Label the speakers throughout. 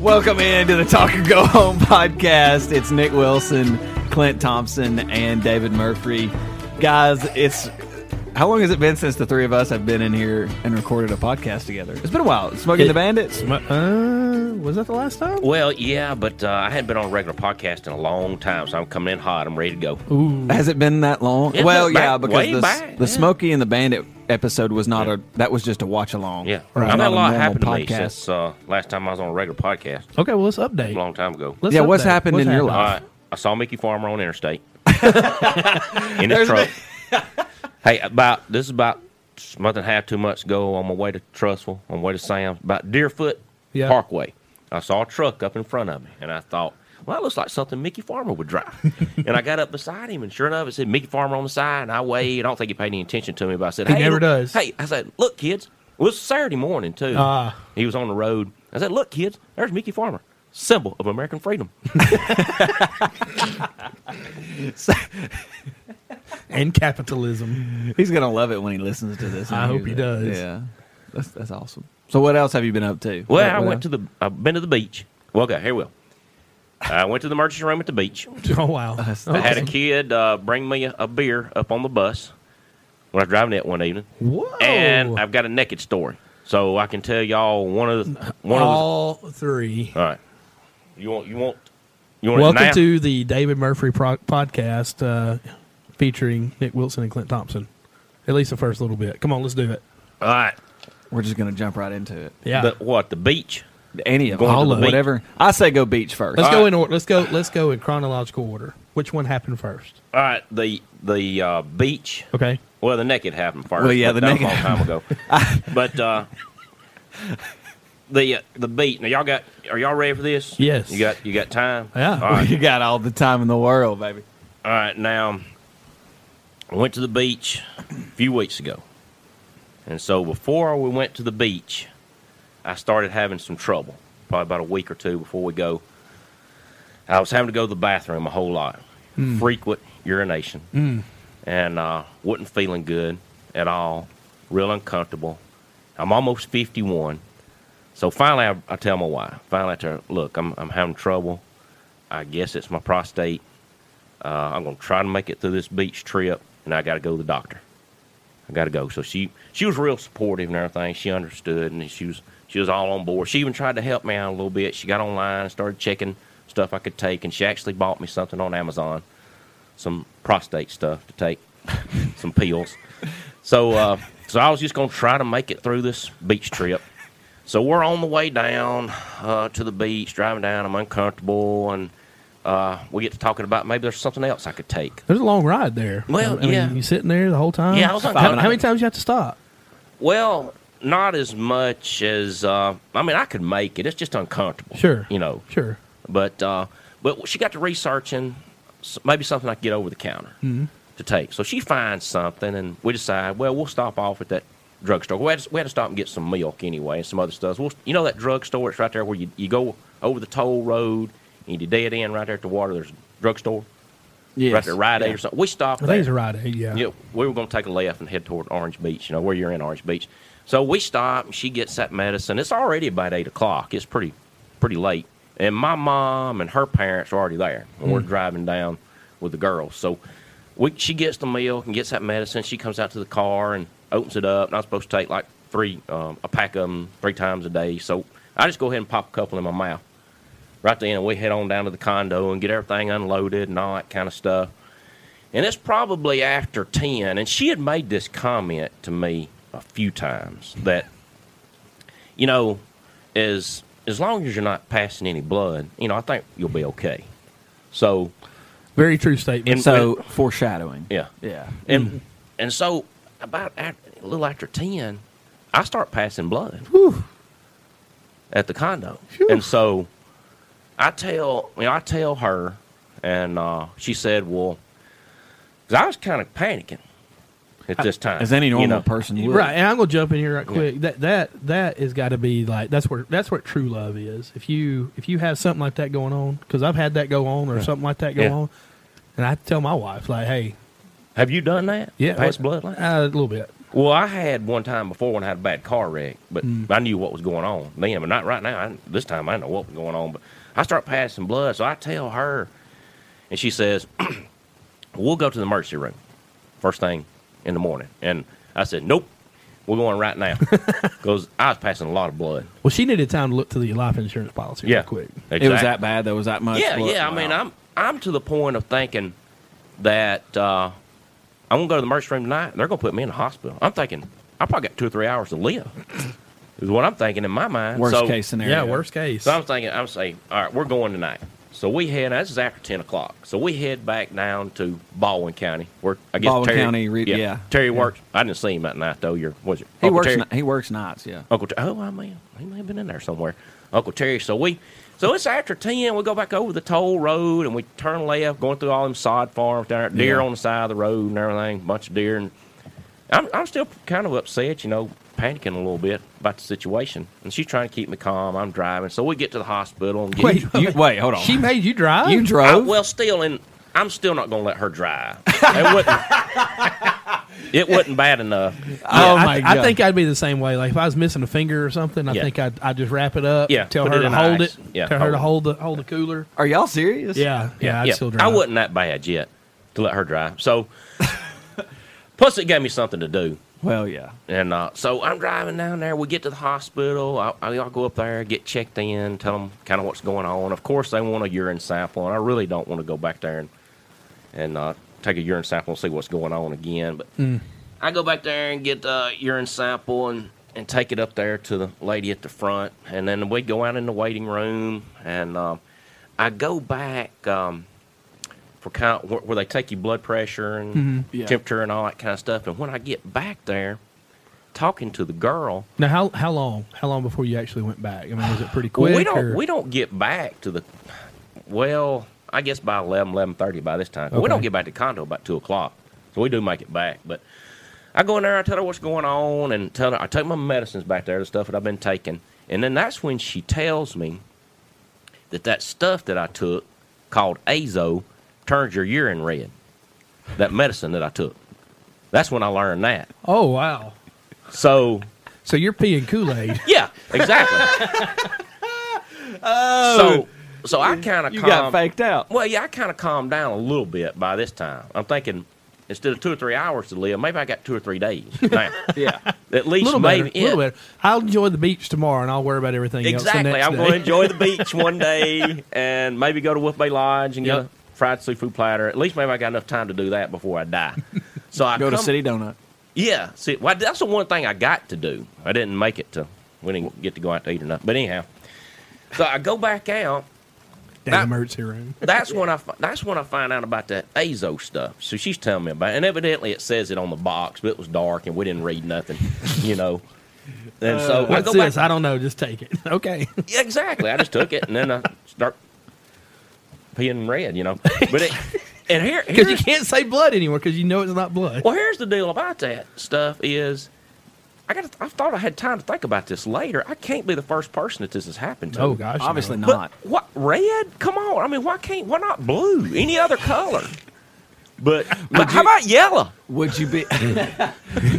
Speaker 1: Welcome in to the Talk and Go Home podcast. It's Nick Wilson, Clint Thompson, and David Murphy. Guys, it's how long has it been since the three of us have been in here and recorded a podcast together? It's been a while. Smoking
Speaker 2: It-
Speaker 1: the Bandits.
Speaker 3: um,
Speaker 2: Uh, was that the last time?
Speaker 3: Well, yeah, but uh, I hadn't been on a regular podcast in a long time, so I'm coming in hot. I'm ready to go.
Speaker 1: Has it been that long?
Speaker 3: Yeah,
Speaker 1: well,
Speaker 3: back-
Speaker 1: yeah, because
Speaker 3: way
Speaker 1: the,
Speaker 3: back,
Speaker 1: the
Speaker 3: yeah.
Speaker 1: Smokey and the Bandit episode was not a that was just a watch along.
Speaker 3: Yeah,
Speaker 1: It was
Speaker 3: I've
Speaker 1: not
Speaker 3: had a lot
Speaker 1: normal
Speaker 3: happen to me
Speaker 1: podcast.
Speaker 3: since uh, last time I was on a regular podcast
Speaker 2: Okay, well let's
Speaker 3: a
Speaker 2: update.
Speaker 3: long time ago.
Speaker 2: Let's
Speaker 1: Yeah, what's
Speaker 2: update.
Speaker 1: happened in your
Speaker 3: All
Speaker 1: life?
Speaker 3: right, I saw Mickey Farmer on Interstate in his truck. hey, about this is about a month and a half, two months ago, on my way to Trussville, on my way to Sam's, about Deerfoot
Speaker 2: Yeah.
Speaker 3: Parkway. I saw a truck up in front of me, and I thought, well, that looks like something Mickey Farmer would drive. and I got up beside him, and sure enough, it said Mickey Farmer on the side, and I waved. I don't think he paid any attention to me, but I said,
Speaker 2: He
Speaker 3: hey,
Speaker 2: never
Speaker 3: look-
Speaker 2: does.
Speaker 3: Hey, I said, look, kids, it was Saturday morning, too.
Speaker 2: Ah.
Speaker 3: he was on the road. I said, look, kids, there's Mickey Farmer, symbol of American freedom.
Speaker 2: And capitalism.
Speaker 1: He's gonna love it when he listens to this. and
Speaker 2: I
Speaker 1: hears
Speaker 2: hope he
Speaker 1: it.
Speaker 2: does.
Speaker 1: Yeah, that's that's awesome. So what else have you been up to? What-
Speaker 3: Well, I
Speaker 1: what
Speaker 3: went
Speaker 1: else?
Speaker 3: to the. I've been to the beach. Well, okay, here we go. I went to the emergency room at the beach.
Speaker 2: Oh wow.
Speaker 3: I had a kid uh, bring me a, a beer up on the bus when I was driving that one evening,
Speaker 2: Whoa.
Speaker 3: and I've got a naked story, so I can tell y'all one of the one of
Speaker 2: all three.
Speaker 3: the. All right, you want you want you want it
Speaker 2: Welcome
Speaker 3: now?
Speaker 2: to the David Murphy pro- podcast uh, featuring Nick Wilson and Clint Thompson. At least the first little bit. Come on, let's do it.
Speaker 3: all right.
Speaker 1: We're just gonna jump right into it.
Speaker 2: Yeah.
Speaker 3: The, what the beach?
Speaker 1: Any of them,
Speaker 3: Going to
Speaker 1: all
Speaker 3: the
Speaker 1: of
Speaker 3: beach.
Speaker 1: whatever. I say go beach first.
Speaker 2: let's
Speaker 3: all
Speaker 2: go
Speaker 3: right.
Speaker 2: in order. Let's go. Let's go in chronological order. Which one happened first?
Speaker 3: All right, the the uh, beach.
Speaker 2: Okay.
Speaker 3: Well, the naked happened first.
Speaker 1: Well, yeah,
Speaker 3: but
Speaker 1: the
Speaker 3: that was
Speaker 1: naked-
Speaker 3: a long time ago. but uh, the uh, the beat. Now y'all got. Are y'all ready for this?
Speaker 2: Yes.
Speaker 3: You got you got time.
Speaker 2: Yeah.
Speaker 3: All right.
Speaker 1: You got all the time in the world, baby.
Speaker 3: All right. Now, I went to the beach a few weeks ago, and so before we went to the beach, I started having some trouble. Probably about a week or two before we go. I was having to go to the bathroom a whole lot, frequent urination, and uh, wasn't feeling good at all, real uncomfortable. I'm almost 51. So finally, I, I tell my wife, finally, I tell her, look, I'm, I'm having trouble. I guess it's my prostate. Uh, I'm going to try to make it through this beach trip, and I got to go to the doctor. I got to go. So she she was real supportive and everything. She understood, and she was she was all on board. She even tried to help me out a little bit. She got online and started checking stuff I could take, and she actually bought me something on Amazon, some prostate stuff to take, some pills. So uh, so I was just gonna try to make it through this beach trip. So we're on the way down uh, to the beach, driving down. I'm uncomfortable, and uh, we get to talking about maybe there's something else I could take.
Speaker 2: There's a long ride there.
Speaker 3: Well,
Speaker 2: I mean,
Speaker 3: yeah.
Speaker 2: You sitting there the whole time.
Speaker 3: Yeah, I was
Speaker 2: how,
Speaker 3: like-
Speaker 2: how many times you have to stop?
Speaker 3: Well, not as much as uh, I mean, I could make it. It's just uncomfortable.
Speaker 2: Sure.
Speaker 3: you know.
Speaker 2: Sure.
Speaker 3: But uh, but she got to researching s- maybe something I could get over the counter
Speaker 2: Mm-hmm.
Speaker 3: to take. So she finds something, and we decide, well, we'll stop off at that drugstore. We had, to, we had to stop and get some milk anyway and some other stuff. We'll, you know that drugstore? It's right there where you, you go over the toll road and you dead end right there at the water. There's a drugstore
Speaker 1: Yes.
Speaker 3: right there, Rite Aid or something. We stopped
Speaker 2: I
Speaker 3: there.
Speaker 2: think it's a ride. eh? Yeah.
Speaker 3: Yeah, we were going to take a left and head toward Orange Beach, you know, where you're in Orange Beach. So we stop, and she gets that medicine. It's already about 8 o'clock. It's pretty, pretty late. And my mom and her parents are already there, and we're driving down with the girls. So we, she gets the milk and gets that medicine. She comes out to the car and opens it up. And I'm supposed to take like three, um, a pack of them three times a day. So I just go ahead and pop a couple in my mouth right then and we head on down to the condo and get everything unloaded and all that kind of stuff and it's probably after 10 and she had made this comment to me a few times that you know as as long as you're not passing any blood you know i think you'll be okay so
Speaker 2: Very true statement.
Speaker 3: And-
Speaker 1: so foreshadowing.
Speaker 3: Yeah.
Speaker 1: Yeah.
Speaker 3: And and so about at, a little after ten, I start passing blood at the condo, and so I tell you know I tell her, and uh, she said, "Well, 'cause I was kind of panicking at this time,
Speaker 1: As any
Speaker 3: you
Speaker 1: normal
Speaker 3: know.
Speaker 1: person would.
Speaker 2: Right, and I'm gonna jump in here right quick. That that that has got to be like that's where that's where true love is. If you if you have something like that going on, because I've had that go on or something like that go
Speaker 3: Yeah.
Speaker 2: on, and I tell my wife like, hey,
Speaker 3: Have you done that?
Speaker 2: yeah,
Speaker 3: passed
Speaker 2: what-
Speaker 3: blood like
Speaker 2: uh, a little bit.
Speaker 3: Well, I had one time before when I had a bad car wreck, but
Speaker 1: Mm.
Speaker 3: I knew what was going on then, but not right now. I, this time I didn't know what was going on, but I start passing blood, so I tell her, and she says, "We'll go to the emergency room first thing in the morning." And I said, "Nope, we're going right now," because I was passing a lot of blood.
Speaker 2: Well, she needed time to look to the life insurance policy. real quick.
Speaker 3: exactly.
Speaker 1: It was that bad. There was that much.
Speaker 3: Yeah,
Speaker 1: blood?
Speaker 3: yeah. I mean,
Speaker 1: Wow.
Speaker 3: I'm I'm to the point of thinking that uh, I'm gonna go to the emergency room tonight. and They're gonna put me in the hospital. I'm thinking I probably got two or three hours to live. Is what I'm thinking in my mind.
Speaker 1: worst
Speaker 3: So-
Speaker 1: case scenario.
Speaker 2: Yeah, worst case.
Speaker 3: So I'm thinking I'm saying, all right, we're going tonight. So we head. This is after ten o'clock. So we head back down to Baldwin County. Where I guess
Speaker 1: Baldwin
Speaker 3: Terry,
Speaker 1: County, re- yeah.
Speaker 3: Terry works. I didn't see him that night though. Your was it?
Speaker 1: He
Speaker 3: Uncle
Speaker 1: works.
Speaker 3: Terry?
Speaker 1: ni- he works nights. Yeah.
Speaker 3: Uncle. Ter- oh, I may. He may have been in there somewhere. Uncle Terry. So we. So it's after ten. We go back over the toll road and we turn left, going through all them sod farms down there, deer
Speaker 1: Yeah.
Speaker 3: on the side of the road and everything, bunch of deer. And I'm I'm still kind of upset, you know, panicking a little bit about the situation. And she's trying to keep me calm. I'm driving. So we get to the hospital and get
Speaker 1: Wait, you, wait, hold on.
Speaker 2: she made you drive.
Speaker 1: you
Speaker 3: I,
Speaker 1: drove.
Speaker 3: well, still, and I'm still not going to let her drive. It wouldn't, it wasn't bad enough.
Speaker 1: Oh
Speaker 2: I,
Speaker 1: my
Speaker 2: I
Speaker 1: God.
Speaker 2: think I'd be the same way. Like if I was missing a finger or something, I
Speaker 3: Yeah.
Speaker 2: think I'd, I'd just wrap it up.
Speaker 3: Yeah,
Speaker 2: tell
Speaker 3: put
Speaker 2: her
Speaker 3: it
Speaker 2: to
Speaker 3: in
Speaker 2: hold
Speaker 3: ice.
Speaker 2: it.
Speaker 3: Yeah,
Speaker 2: tell her to
Speaker 3: hold
Speaker 2: hold the hold the cooler.
Speaker 1: Are y'all serious?
Speaker 2: Yeah, yeah, I'd
Speaker 3: Yeah,
Speaker 2: still drive.
Speaker 3: I wasn't that bad yet to let her drive. So, plus it gave me something to do,
Speaker 1: Well, yeah.
Speaker 3: and uh, so I'm driving down there. We get to the hospital. I, I, I'll go up there, get checked in, tell them kind of what's going on. Of course, they want a urine sample, and I really don't want to go back there and and uh, take a urine sample and see what's going on again. But I go back there and get the urine sample and, and take it up there to the lady at the front. And then we go out in the waiting room. And um, I go back um, for kind of, where, where they take your blood pressure and
Speaker 1: Yeah.
Speaker 3: temperature and all that kind of stuff. And when I get back there, talking to the girl,
Speaker 2: Now, how how long how long before you actually went back? I mean, was it pretty quick?
Speaker 3: well, we don't
Speaker 2: or-
Speaker 3: we don't get back to the well. I guess by 11, 11.30 by this time. We
Speaker 2: Okay.
Speaker 3: don't get back to the condo about two o'clock, so we do make it back. But I go in there, I tell her what's going on, and tell her I take my medicines back there, the stuff that I've been taking, and then that's when she tells me that that stuff that I took called azo turns your urine red. That medicine that I took. That's when I learned that.
Speaker 2: Oh wow!
Speaker 3: So
Speaker 2: So you're peeing Kool Aid.
Speaker 3: yeah, exactly. oh, so so I kind of
Speaker 1: You
Speaker 3: calm,
Speaker 1: got faked out.
Speaker 3: Well, yeah, I kind of calmed down a little bit by this time. I'm thinking instead of two or three hours to live, maybe I got two or three days. Now,
Speaker 1: Yeah.
Speaker 3: at
Speaker 2: A
Speaker 3: least
Speaker 2: little better.
Speaker 3: maybe
Speaker 2: A little better. I'll enjoy the beach tomorrow, and I'll worry about everything else. the
Speaker 3: Exactly.
Speaker 2: next
Speaker 3: I'm
Speaker 2: day.
Speaker 3: going to enjoy the beach one day and maybe go to Wolf Bay Lodge and
Speaker 2: Yep.
Speaker 3: get a fried seafood platter. At least maybe I got enough time to do that before I die. So I
Speaker 1: Go to
Speaker 3: come-
Speaker 1: City Donut.
Speaker 3: Yeah, see, well, that's the one thing I got to do. I didn't make it to. We didn't get to go out to eat or nothing. But anyhow, so I go back out.
Speaker 2: Damn
Speaker 3: I-
Speaker 2: emergency room.
Speaker 3: That's when I. fi- That's when I find out about that Azo stuff. So she's telling me about, it. and evidently it says it on the box, but it was dark and we didn't read nothing, you know. And so I
Speaker 2: What's
Speaker 3: go
Speaker 2: this?
Speaker 3: back.
Speaker 2: Uh, I don't know. Just take it. Okay.
Speaker 3: Yeah, exactly. I just took it and then I start peeing red, you know. But it, and here,
Speaker 2: Because you
Speaker 3: here's-
Speaker 2: can't say blood anymore because you know it's not blood.
Speaker 3: Well, here's the deal about that stuff is, I got. I thought I had time to think about this later. I can't be the first person that this has happened to.
Speaker 2: Oh gosh. no.
Speaker 1: Obviously
Speaker 3: But
Speaker 1: not.
Speaker 3: what red? Come on. I mean, why can't? Why not blue? Any other color? But, but how about yellow?
Speaker 1: Would you be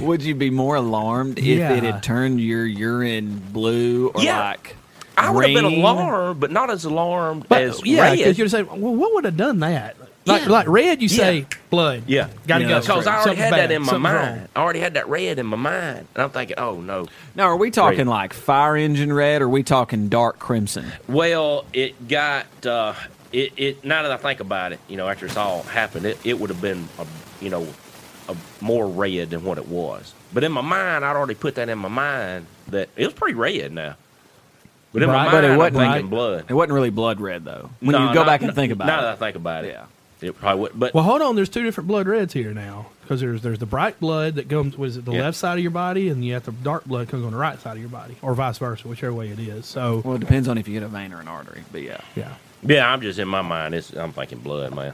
Speaker 1: Would you be more alarmed if it
Speaker 2: Yeah.
Speaker 1: had turned your urine blue or
Speaker 3: Yeah.
Speaker 1: like
Speaker 3: I would have been
Speaker 1: green?
Speaker 3: alarmed, but not as alarmed
Speaker 2: But,
Speaker 3: as
Speaker 2: yeah,
Speaker 3: red.
Speaker 2: because you're saying, well, what would have done that? Like,
Speaker 3: Yeah.
Speaker 2: like red, you say
Speaker 3: Yeah.
Speaker 2: blood.
Speaker 3: Yeah.
Speaker 2: got to
Speaker 1: Yeah,
Speaker 2: go.
Speaker 1: that's
Speaker 3: because I already
Speaker 2: Something's
Speaker 3: had
Speaker 2: bad.
Speaker 3: that in my
Speaker 2: Something's
Speaker 3: mind.
Speaker 2: wrong.
Speaker 3: I already had that red in my mind, and I'm thinking, oh no.
Speaker 1: Now, are we talking
Speaker 3: Red.
Speaker 1: like fire engine red or are we talking dark crimson?
Speaker 3: Well, it got uh, it, it. Now that I think about it, you know, after it's all happened, it, it would have been a, you know a more red than what it was. But in my mind, I'd already put that in my mind that it was pretty red now. But in
Speaker 2: Right.
Speaker 3: my
Speaker 2: But
Speaker 3: mind,
Speaker 2: it
Speaker 3: I'm
Speaker 2: wasn't
Speaker 3: thinking
Speaker 2: right.
Speaker 3: blood.
Speaker 1: It wasn't really blood red though. When
Speaker 3: No,
Speaker 1: you go
Speaker 3: not-
Speaker 1: back and think about
Speaker 3: now
Speaker 1: it.
Speaker 3: that I think about it,
Speaker 1: yeah.
Speaker 3: It probably would, but
Speaker 2: Well, hold on. There's two different blood reds here now because there's there's the bright blood that comes was it the
Speaker 3: Yeah.
Speaker 2: left side of your body, and you have the dark blood comes on the right side of your body, or vice versa, whichever way it is. So
Speaker 1: Well, it depends on if you get a vein or an artery, but yeah.
Speaker 2: yeah,
Speaker 3: yeah, I'm just in my mind. It's, I'm thinking blood, man.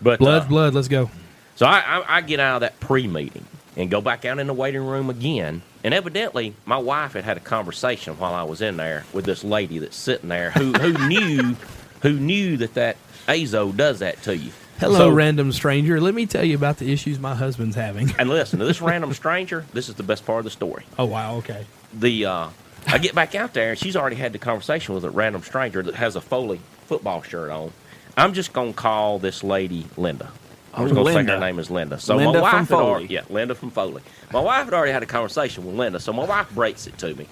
Speaker 3: But
Speaker 2: blood's
Speaker 3: uh,
Speaker 2: blood. Let's go.
Speaker 3: So I, I, I get out of that pre meeting and go back out in the waiting room again. And evidently, my wife had had a conversation while I was in there with this lady that's sitting there who, who knew who knew that that Azo does that to you.
Speaker 2: Hello,
Speaker 3: So-
Speaker 2: random stranger. Let me tell you about the issues my husband's having.
Speaker 3: And listen to this random stranger. This is the best part of the story.
Speaker 2: Oh wow, okay.
Speaker 3: The uh, I get back out there and she's already had the conversation with a random stranger that has a Foley football shirt on. I'm just gonna call this lady Linda. I'm just
Speaker 1: Oh,
Speaker 3: gonna say
Speaker 1: Linda.
Speaker 3: her name is Linda. So
Speaker 1: Linda
Speaker 3: my wife
Speaker 1: from
Speaker 3: had al-
Speaker 1: Foley.
Speaker 3: yeah, Linda from Foley. My wife had already had a conversation with Linda, so my wife breaks it to me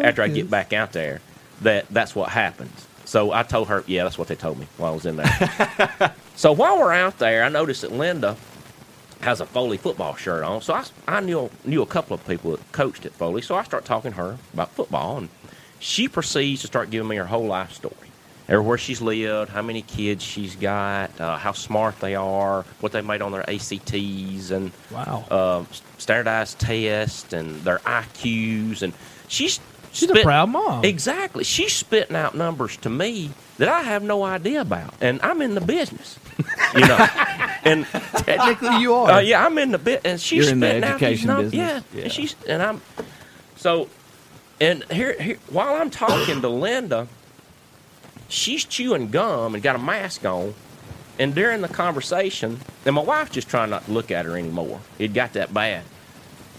Speaker 3: after I get back out there that that's what happens. So I told her, yeah, that's what they told me while I was in there. so while we're out there, I noticed that Linda has a Foley football shirt on. So I, I knew knew a couple of people that coached at Foley. So I start talking to her about football, and she proceeds to start giving me her whole life story. Everywhere she's lived, how many kids she's got, uh, how smart they are, what they made on their ACTs, and
Speaker 2: Wow.
Speaker 3: uh, standardized tests and their IQs, and she's
Speaker 2: She's a proud mom.
Speaker 3: Exactly, she's spitting out numbers to me that I have no idea about, and I'm in the business, you know. and
Speaker 1: Technically, you are.
Speaker 3: uh, yeah, I'm in the bit, and she's
Speaker 1: You're in the
Speaker 3: spitting out these
Speaker 1: education
Speaker 3: numbers.
Speaker 1: business.
Speaker 3: Yeah,
Speaker 1: Yeah.
Speaker 3: and she's and I'm so, and here, here while I'm talking to Linda, she's chewing gum and got a mask on, and during the conversation, and my wife just trying not to look at her anymore. It got that bad,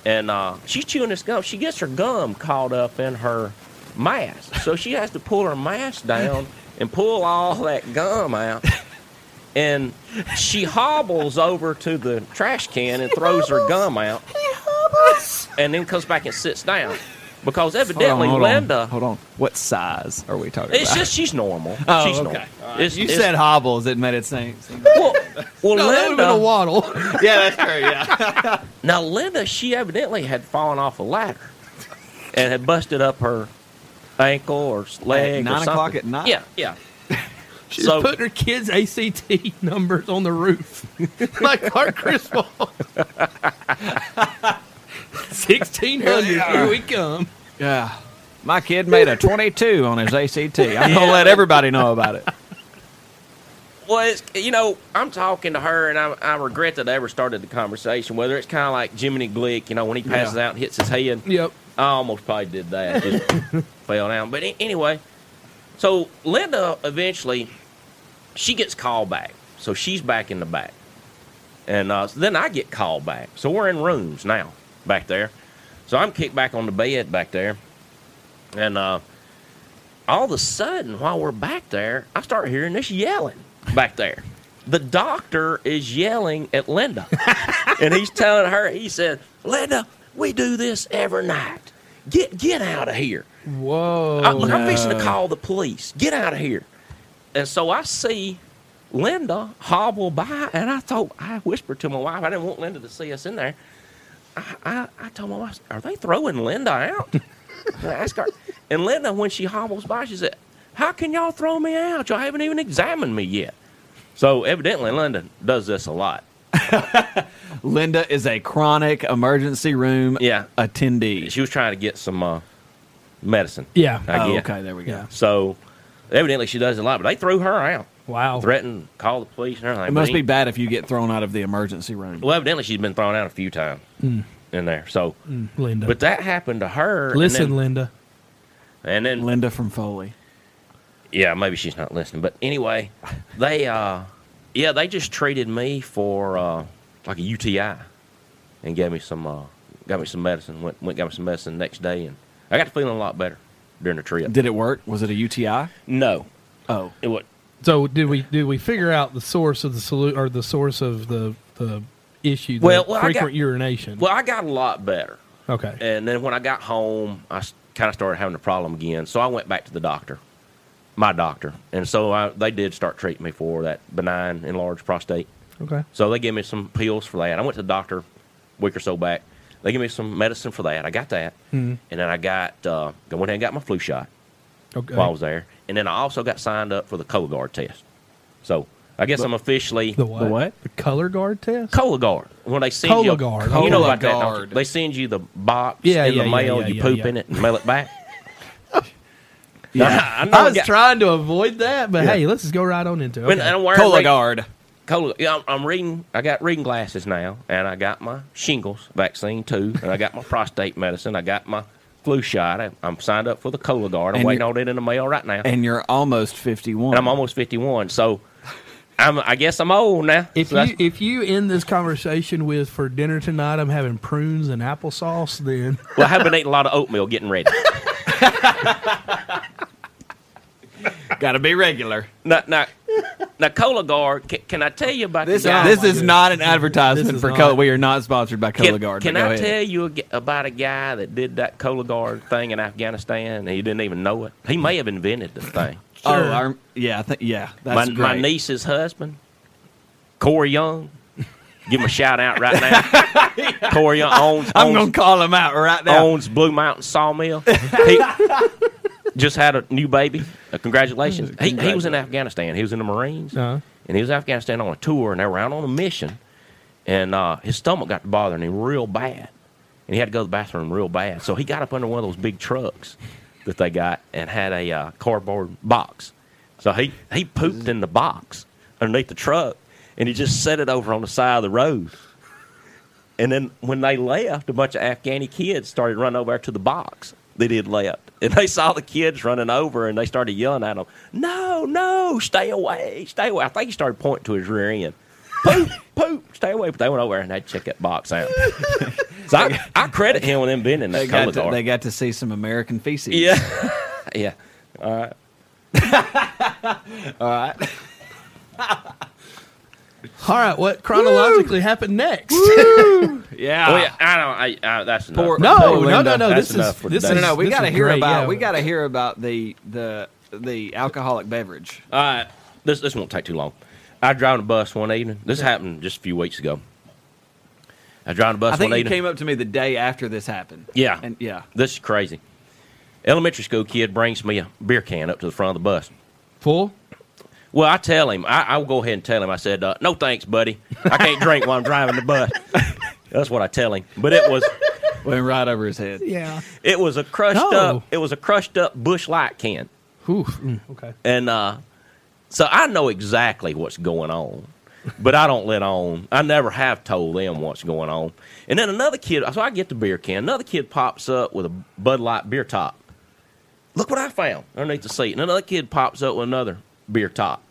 Speaker 3: and uh, she's chewing this gum. She gets her gum caught up in her mask, so she has to pull her mask down and pull all that gum out and she hobbles over to the trash can and throws her gum out. And then comes back and sits down. Because
Speaker 1: Hold on,
Speaker 3: evidently
Speaker 1: hold on,
Speaker 3: Linda
Speaker 1: Hold on. What size are we talking
Speaker 3: it's
Speaker 1: about?
Speaker 3: just she's normal.
Speaker 1: Oh,
Speaker 3: she's
Speaker 1: okay.
Speaker 3: normal. It's-
Speaker 1: you
Speaker 3: it's-
Speaker 1: said hobbles. It made it seem. seem-
Speaker 3: well, well Linda
Speaker 2: waddle.
Speaker 1: yeah, that's true. Yeah.
Speaker 3: Now Linda, she evidently had fallen off a ladder and had busted up her ankle or leg or
Speaker 1: At nine
Speaker 3: something.
Speaker 1: o'clock at night?
Speaker 3: Yeah, yeah.
Speaker 2: She's
Speaker 3: So-
Speaker 2: putting her kids' ACT numbers on the roof, like Clark Griswold. Sixteen hundred. Here we come.
Speaker 1: Yeah. My kid made a 22 on his ACT. I'm gonna let everybody know about it.
Speaker 3: Well, it's, you know, I'm talking to her, and I, I regret that I ever started the conversation. Whether it's kind of like Jiminy Glick, you know, when he passes
Speaker 1: Yeah.
Speaker 3: out and hits his head.
Speaker 2: Yep.
Speaker 3: I almost probably did that. Just fell down. But a- anyway, so Linda eventually she gets called back, so she's back in the back, and uh, so then I get called back. So we're in rooms now back there. So I'm kicked back on the bed back there, and uh, all of a sudden, while we're back there, I start hearing this yelling back there. The doctor is yelling at Linda, and he's telling her, he said, "Linda, we do this every night. Get get out of here.
Speaker 2: Whoa.
Speaker 3: I, Oh, look, I'm fixing to call the police. Get out of here." And so I see Linda hobble by, and I thought I whispered to my wife. I didn't want Linda to see us in there. I, I, I told my wife, "Are they throwing Linda out?" And I asked her, and Linda, when she hobbles by, she said, "How can y'all throw me out? Y'all haven't even examined me yet." So evidently, Linda does this a lot.
Speaker 1: Linda is a chronic emergency room
Speaker 3: Yeah.
Speaker 1: attendee.
Speaker 3: She was trying to get some uh, medicine.
Speaker 2: Yeah.
Speaker 3: I
Speaker 1: Oh,
Speaker 3: guess.
Speaker 1: okay, there we go.
Speaker 2: Yeah.
Speaker 3: So evidently she does a lot, but they threw her out.
Speaker 2: Wow.
Speaker 3: Threatened, called the police and everything.
Speaker 1: It
Speaker 3: but
Speaker 1: must
Speaker 3: he-
Speaker 1: be bad if you get thrown out of the emergency room.
Speaker 3: Well, evidently she's been thrown out a few times
Speaker 1: Hmm.
Speaker 3: in there. So,
Speaker 2: Linda.
Speaker 3: but that happened to her. and
Speaker 2: Listen,
Speaker 3: then-
Speaker 2: Linda.
Speaker 3: and then
Speaker 1: Linda from Foley.
Speaker 3: Yeah, maybe she's not listening. But anyway, they uh yeah, they just treated me for uh like a UTI and gave me some uh got me some medicine, went went got me some medicine the next day and I got to feeling a lot better during the trip.
Speaker 1: Did it work? Was it a UTI?
Speaker 3: no.
Speaker 1: Oh.
Speaker 3: It was
Speaker 2: So did we did we figure out the source of the salute or the source of the the issue? The
Speaker 3: Well, well, I got-
Speaker 2: frequent urination.
Speaker 3: well, eh. I got a lot better.
Speaker 2: okay.
Speaker 3: And then when I got home, I kind of started having a problem again. So I went back to the doctor, my doctor. And so I, they did start treating me for that benign enlarged prostate.
Speaker 2: okay.
Speaker 3: So they gave me some pills for that. I went to the doctor a week or so back. They gave me some medicine for that. I got that.
Speaker 2: Mhm.
Speaker 3: And then I got, uh, I went ahead and got my flu shot
Speaker 2: Okay.
Speaker 3: while I was there. And then I also got signed up for the Cologuard test. So I guess I'm officially
Speaker 2: The what?
Speaker 4: The what?
Speaker 2: The color guard test?
Speaker 3: Cola guard. When they send you,
Speaker 2: Cola guard.
Speaker 3: you know
Speaker 1: Cola
Speaker 3: about that. don't you?
Speaker 1: guard.
Speaker 3: They send you the box
Speaker 2: Yeah,
Speaker 3: in
Speaker 2: yeah,
Speaker 3: the
Speaker 2: yeah,
Speaker 3: mail.
Speaker 2: yeah,
Speaker 3: you
Speaker 2: yeah,
Speaker 3: poop
Speaker 2: yeah.
Speaker 3: in it and mail it back. I, know
Speaker 2: I was
Speaker 3: a guy-
Speaker 2: trying to avoid that, but hey, let's just go right on into it.
Speaker 3: when-
Speaker 2: Okay.
Speaker 3: and I'm wearing
Speaker 1: Cola
Speaker 3: red-
Speaker 1: guard.
Speaker 3: Cola. Yeah, I'm, I'm reading. I got reading glasses now, and I got my shingles vaccine too, and I got my prostate medicine. I got my flu shot. I, I'm signed up for the Cola guard. I'm
Speaker 1: And
Speaker 3: waiting
Speaker 1: you're-
Speaker 3: on it in the mail right now, and,
Speaker 1: And you're almost 51.
Speaker 3: I'm almost 51. So, I'm. I guess I'm old now.
Speaker 2: If
Speaker 3: So that's-
Speaker 2: you if you end this conversation with for dinner tonight, I'm having prunes and applesauce. Then
Speaker 3: Well, I have been eating a lot of oatmeal getting ready.
Speaker 1: Got to be regular.
Speaker 3: now, now, now, Cola Guard, can, can I tell you about
Speaker 1: This,
Speaker 3: the guy?
Speaker 1: this is
Speaker 2: goodness.
Speaker 1: not an
Speaker 2: This
Speaker 1: advertisement
Speaker 2: is
Speaker 1: for
Speaker 2: not.
Speaker 1: Cola. We are not sponsored by Cola
Speaker 3: can,
Speaker 1: Guard.
Speaker 3: can
Speaker 1: but go
Speaker 3: I
Speaker 1: ahead.
Speaker 3: tell you ag- about a guy that did that Cola Guard thing in Afghanistan and he didn't even know it? He may have invented the thing.
Speaker 1: Oh,
Speaker 2: Sure.
Speaker 1: our, yeah, I think yeah.
Speaker 3: my,
Speaker 1: That's great.
Speaker 3: my niece's husband, Corey Young. Give him a shout out right now. Corey Young owns,
Speaker 1: I'm
Speaker 3: owns,
Speaker 1: gonna call him out right now.
Speaker 3: owns Blue Mountain Sawmill. He just had a new baby. Uh, congratulations. He, he was in Afghanistan. He was in the Marines.
Speaker 2: Uh-huh.
Speaker 3: And he was in Afghanistan on a tour, and they were out on a mission. And uh, his stomach got to bothering him real bad. And he had to go to the bathroom real bad. So he got up under one of those big trucks that they got and had a uh, cardboard box. So he, he pooped in the box underneath the truck, and he just set it over on the side of the road. And then when they left, a bunch of Afghani kids started running over to the box that he had left. And they saw the kids running over and they started yelling at him, No, no, stay away, stay away. I think he started pointing to his rear end. Poop, poop, stay away. But they went over and they checked that box out. so I, I credit him with inventing
Speaker 1: they
Speaker 3: that
Speaker 1: got
Speaker 3: color
Speaker 1: to,
Speaker 3: guard.
Speaker 1: they got to see some American feces.
Speaker 3: yeah. yeah.
Speaker 2: all right, what chronologically happened next?
Speaker 1: yeah.
Speaker 3: Oh, yeah. I don't, I, I, that's enough.
Speaker 1: Ah. Poor-
Speaker 2: No,
Speaker 1: Linda,
Speaker 2: no, no, no.
Speaker 3: that's
Speaker 2: This is
Speaker 3: enough for
Speaker 2: this
Speaker 3: today.
Speaker 1: No,
Speaker 2: is
Speaker 1: no, no. We
Speaker 2: this
Speaker 1: gotta
Speaker 2: is
Speaker 1: hear
Speaker 2: great,
Speaker 1: about
Speaker 2: yeah.
Speaker 1: we gotta hear about the the the alcoholic beverage.
Speaker 3: All right, Uh, this this won't take too long. I drove the bus one evening. This happened just a few weeks ago. I drove the bus
Speaker 1: I think
Speaker 3: one
Speaker 1: you
Speaker 3: evening.
Speaker 1: came up to me the day after this happened.
Speaker 3: yeah,
Speaker 1: And yeah.
Speaker 3: this is crazy. Elementary school kid brings me a beer can up to the front of the bus.
Speaker 2: full.
Speaker 3: Well, I tell him, I, I'll go ahead and tell him. I said, uh, "No thanks, buddy. I can't drink while I'm driving the bus." That's what I tell him. But it was
Speaker 1: Went right over his head.
Speaker 2: Yeah.
Speaker 3: it was a crushed
Speaker 2: No.
Speaker 3: up it was a crushed up bush light can.
Speaker 2: Oof. mm, Okay.
Speaker 3: And uh, so I know exactly what's going on, but I don't let on. I never have told them what's going on. And then another kid, so I get the beer can. Another kid pops up with a Bud Light beer top. Look what I found underneath the seat. And another kid pops up with another beer top.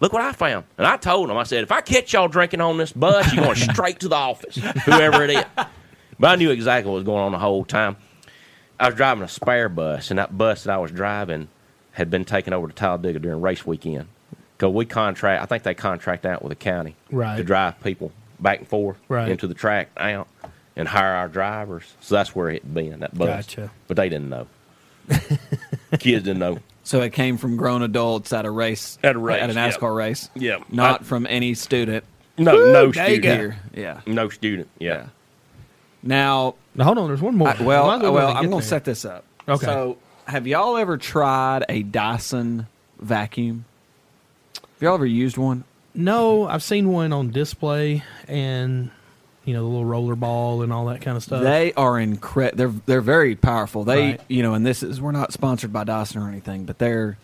Speaker 3: Look what I found. And I told him, I said, if I catch y'all drinking on this bus, you're going straight to the office, whoever it is. But I knew exactly what was going on the whole time. I was driving a spare bus, and that bus that I was driving had been taken over to Talladega during race weekend. Because we contract, I think they contract out with the county
Speaker 2: Right.
Speaker 3: to drive people back and forth
Speaker 2: Right.
Speaker 3: into the track out and hire our drivers. So that's where it had been, that bus.
Speaker 2: Gotcha.
Speaker 3: But they didn't know. Kids didn't know.
Speaker 1: So it came from grown adults at a race
Speaker 3: At a race,
Speaker 1: an
Speaker 3: yeah.
Speaker 1: NASCAR race.
Speaker 3: Yeah.
Speaker 1: Not
Speaker 3: I-
Speaker 1: from any student
Speaker 3: No, no
Speaker 2: there you
Speaker 3: student.
Speaker 2: go.
Speaker 3: Here.
Speaker 1: here. Yeah.
Speaker 3: No student. Yeah.
Speaker 1: Now
Speaker 2: Now hold on. There's one more.
Speaker 1: I- well,
Speaker 2: Might as
Speaker 1: well,
Speaker 2: go ahead and
Speaker 1: I'm
Speaker 2: get
Speaker 1: going to
Speaker 2: there.
Speaker 1: set this up.
Speaker 2: Okay.
Speaker 1: So, have y'all ever tried a Dyson vacuum? Have y'all ever used one?
Speaker 2: No, I've seen one on display, and you know the little roller ball and all that kind of stuff.
Speaker 1: they are incredible. They're they're very powerful. They
Speaker 2: Right.
Speaker 1: you know, and this is we're not sponsored by Dyson or anything, but they're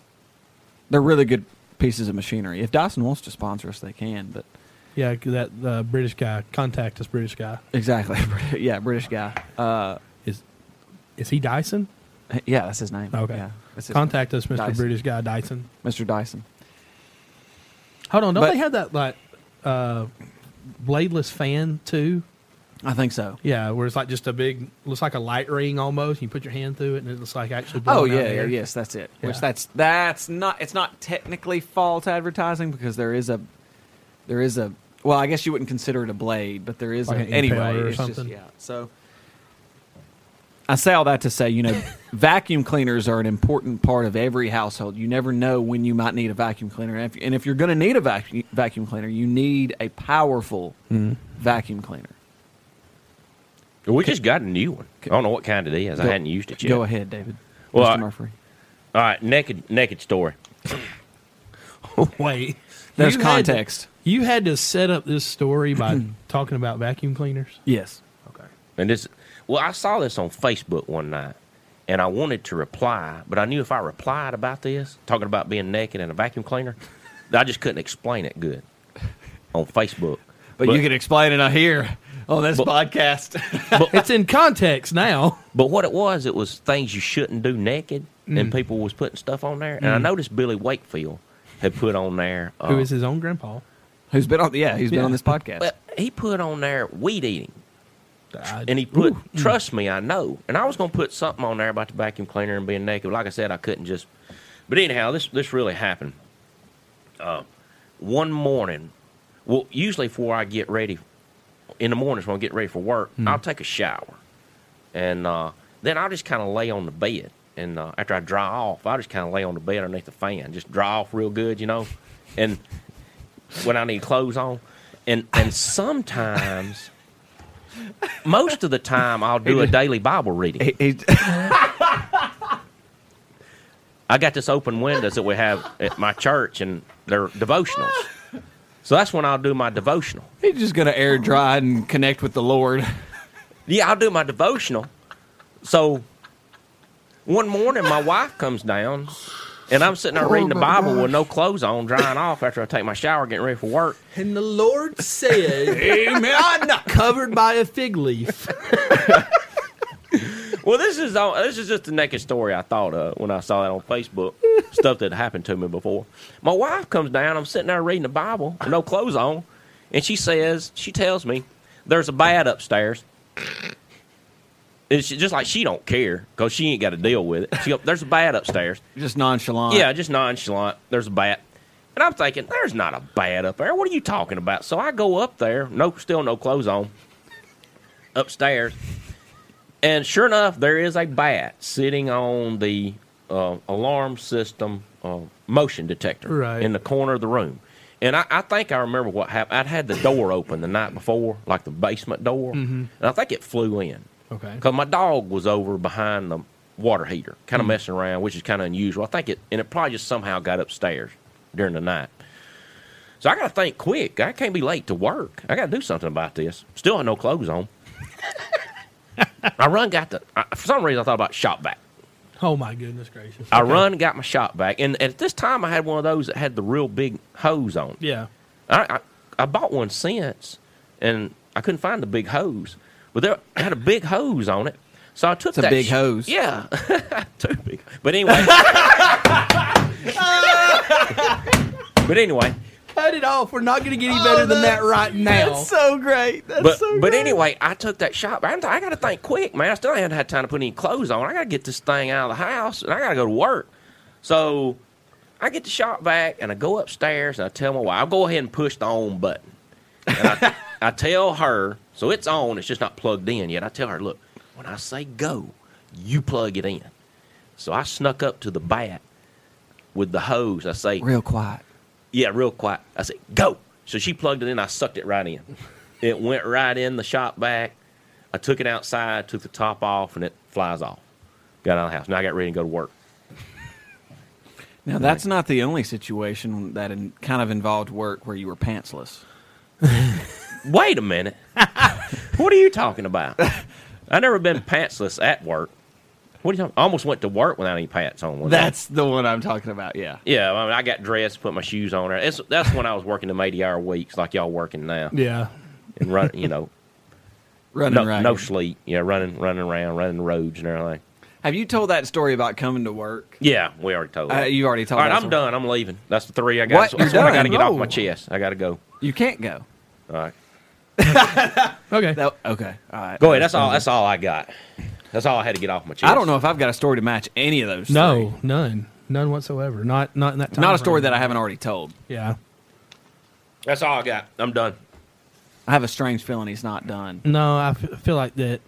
Speaker 1: they're really good pieces of machinery. If Dyson wants to sponsor us, they can. But
Speaker 2: yeah, that uh, British guy. Contact this British guy.
Speaker 1: exactly, yeah, British guy. Uh,
Speaker 2: Is is he Dyson?
Speaker 1: yeah, that's his name.
Speaker 2: Okay.
Speaker 1: Yeah, that's his
Speaker 2: Contact us, Mr.
Speaker 1: Dyson.
Speaker 2: British Guy Dyson.
Speaker 1: Mr. Dyson.
Speaker 2: Hold on, don't
Speaker 1: But-
Speaker 2: they have that like uh, bladeless fan too?
Speaker 1: I think so.
Speaker 2: Yeah, where it's like just a big, looks like a light ring almost. You put your hand through it, and it's like actually.
Speaker 1: Oh
Speaker 2: blowing out
Speaker 1: yeah, yeah,
Speaker 2: air.
Speaker 1: yes, that's it. Which
Speaker 2: Yeah.
Speaker 1: that's that's not it's not technically false advertising because there is a there is a well, I guess you wouldn't consider it a blade, but there is
Speaker 2: Like
Speaker 1: a,
Speaker 2: an
Speaker 1: anyway.
Speaker 2: impeller or
Speaker 1: it's just
Speaker 2: something.
Speaker 1: yeah. So I say all that to say, you know, vacuum cleaners are an important part of every household. You never know when you might need a vacuum cleaner, and if, and if you're going to need a vacuum vacuum cleaner, you need a powerful
Speaker 2: Hmm.
Speaker 1: vacuum cleaner.
Speaker 3: We just got a new one. I don't know what kind it is. I
Speaker 1: Go-
Speaker 3: hadn't used it yet.
Speaker 1: Go ahead, David.
Speaker 3: Well,
Speaker 1: Mr.
Speaker 3: I-
Speaker 1: Murphy.
Speaker 3: All right, naked, naked story.
Speaker 2: Wait,
Speaker 1: There's
Speaker 2: You had to-
Speaker 1: context.
Speaker 2: you had to set up this story by talking about vacuum cleaners.
Speaker 1: Yes.
Speaker 2: Okay.
Speaker 3: And this, well, I saw this on Facebook one night, and I wanted to reply, but I knew if I replied about this, talking about being naked and a vacuum cleaner, that I just couldn't explain it good on Facebook.
Speaker 1: But, you can explain it out here on this podcast.
Speaker 2: It's in context now.
Speaker 3: But what it was, it was things you shouldn't do naked,
Speaker 2: Mm.
Speaker 3: and people was putting stuff on there. And I noticed Billy Wakefield had put on there. Uh,
Speaker 2: Who is his own grandpa?
Speaker 1: who's been on? Yeah, who's been
Speaker 2: Yeah.
Speaker 1: on this podcast?
Speaker 3: well, he put on there weed eating,
Speaker 2: I-
Speaker 3: and he put trust me, I know. And I was gonna put something on there about the vacuum cleaner and being naked. Like I said, I couldn't just. But anyhow, this this really happened. Uh, one morning, well, usually before I get ready, in the mornings when I get ready for work,
Speaker 2: Mm.
Speaker 3: I'll take a shower, and uh, then I'll just kind of lay on the bed. And uh, after I dry off, I just kind of lay on the bed underneath the fan, just dry off real good, you know. And when I need clothes on, and and sometimes, most of the time, I'll do a daily Bible reading.
Speaker 1: He- he-
Speaker 3: I got this open windows that we have at my church, and they're devotionals. So that's when I'll do my devotional.
Speaker 1: he's just gonna air dry and connect with the Lord.
Speaker 3: Yeah, I'll do my devotional. So one morning, my wife comes down, and I'm sitting there reading the Bible with no clothes on, drying off after I take my shower, getting ready for work.
Speaker 2: And the Lord said,
Speaker 1: Amen.
Speaker 2: covered by a fig leaf.
Speaker 3: Well, this is all, this is just the naked story I thought of when I saw that on Facebook. stuff that happened to me before. My wife comes down. I'm sitting there reading the Bible, with no clothes on, and she says, she tells me, "There's a bat upstairs." It's just like she don't care because she ain't got to deal with it. She go, "There's a bat upstairs."
Speaker 1: Just nonchalant.
Speaker 3: Yeah, just nonchalant. There's a bat. And I'm thinking, there's not a bat up there. What are you talking about? So I go up there, no still no clothes on, upstairs. And sure enough, there is a bat sitting on the uh, alarm system uh, motion detector
Speaker 2: Right.
Speaker 3: in the corner of the room. And I, I think I remember what happened. I'd had the door open the night before, like the basement door. And I think it flew in.
Speaker 2: Okay.
Speaker 3: Because my dog was over behind the water heater, kind of messing around, which is kind of unusual. I think it, and it probably just somehow got upstairs during the night. So I got to think quick. I can't be late to work. I got to do something about this. Still had no clothes on. I run got the, I, for some reason, I thought about shop back.
Speaker 2: Oh my goodness gracious!
Speaker 3: I run got my shop back. And at this time, I had one of those that had the real big hose on.
Speaker 2: Yeah.
Speaker 3: I, I I bought one since, and I couldn't find the big hose, but there it had a big hose on it. So I took
Speaker 1: a
Speaker 3: that
Speaker 1: big
Speaker 3: sh-
Speaker 1: hose.
Speaker 3: Yeah, too big. But anyway, but anyway,
Speaker 2: Cut it off. We're not going to get any
Speaker 1: Oh,
Speaker 2: better than that right now.
Speaker 1: so great. That's
Speaker 3: but but anyway, I took that shop. I, I got to think quick, man. I still haven't had time to put any clothes on. I got to get this thing out of the house, and I got to go to work. So I get the shop back, and I go upstairs, and I tell my wife, I'll go ahead and push the on button. And I, I tell her, so it's on. It's just not plugged in yet. I tell her, look, when I say go, you plug it in. So I snuck up to the bat with the hose. I say,
Speaker 1: real quiet.
Speaker 3: yeah, real quiet. I said, go. So she plugged it in. I sucked it right in. It went right in the shop back. I took it outside, took the top off, and it flies off. Got out of the house. Now I got ready to go to work.
Speaker 1: Now that's not the only situation that in, kind of involved work where you were pantsless.
Speaker 3: Wait a minute. what are you talking about? I never been pantsless at work. What are you talking? I almost went to work without any pants on. one day.
Speaker 1: That's the one I'm talking about. Yeah.
Speaker 3: yeah. I, mean, I got dressed, put my shoes on. There. It's, that's when I was working them eighty-hour weeks, like y'all working now,
Speaker 2: Yeah.
Speaker 3: and run, you know,
Speaker 1: Running
Speaker 3: no,
Speaker 1: right.
Speaker 3: no sleep. Yeah, running, running around, running roads and everything.
Speaker 1: Have you told that story about coming to work?
Speaker 3: Yeah, we already told.
Speaker 1: Uh,
Speaker 3: that.
Speaker 1: you already told
Speaker 3: All right,
Speaker 1: that
Speaker 3: I'm
Speaker 1: story.
Speaker 3: done. I'm leaving. That's the three I got.
Speaker 1: What?
Speaker 3: So That's
Speaker 1: You're
Speaker 3: what
Speaker 1: done?
Speaker 3: I got to get off my
Speaker 2: No.
Speaker 3: chest. I got to go.
Speaker 1: You can't go.
Speaker 3: All right,
Speaker 2: Okay.
Speaker 1: That- okay. All right.
Speaker 3: go ahead. That's all. That's all I got. That's all I had to get off my chest.
Speaker 1: I don't know if I've got a story to match any of those.
Speaker 2: no,
Speaker 1: three.
Speaker 2: none, none whatsoever. Not not in that time.
Speaker 1: Not a story
Speaker 2: frame.
Speaker 1: that I haven't already told.
Speaker 2: Yeah.
Speaker 3: That's all I got. I'm done.
Speaker 1: I have a strange feeling he's not done.
Speaker 2: No, I f- feel like that.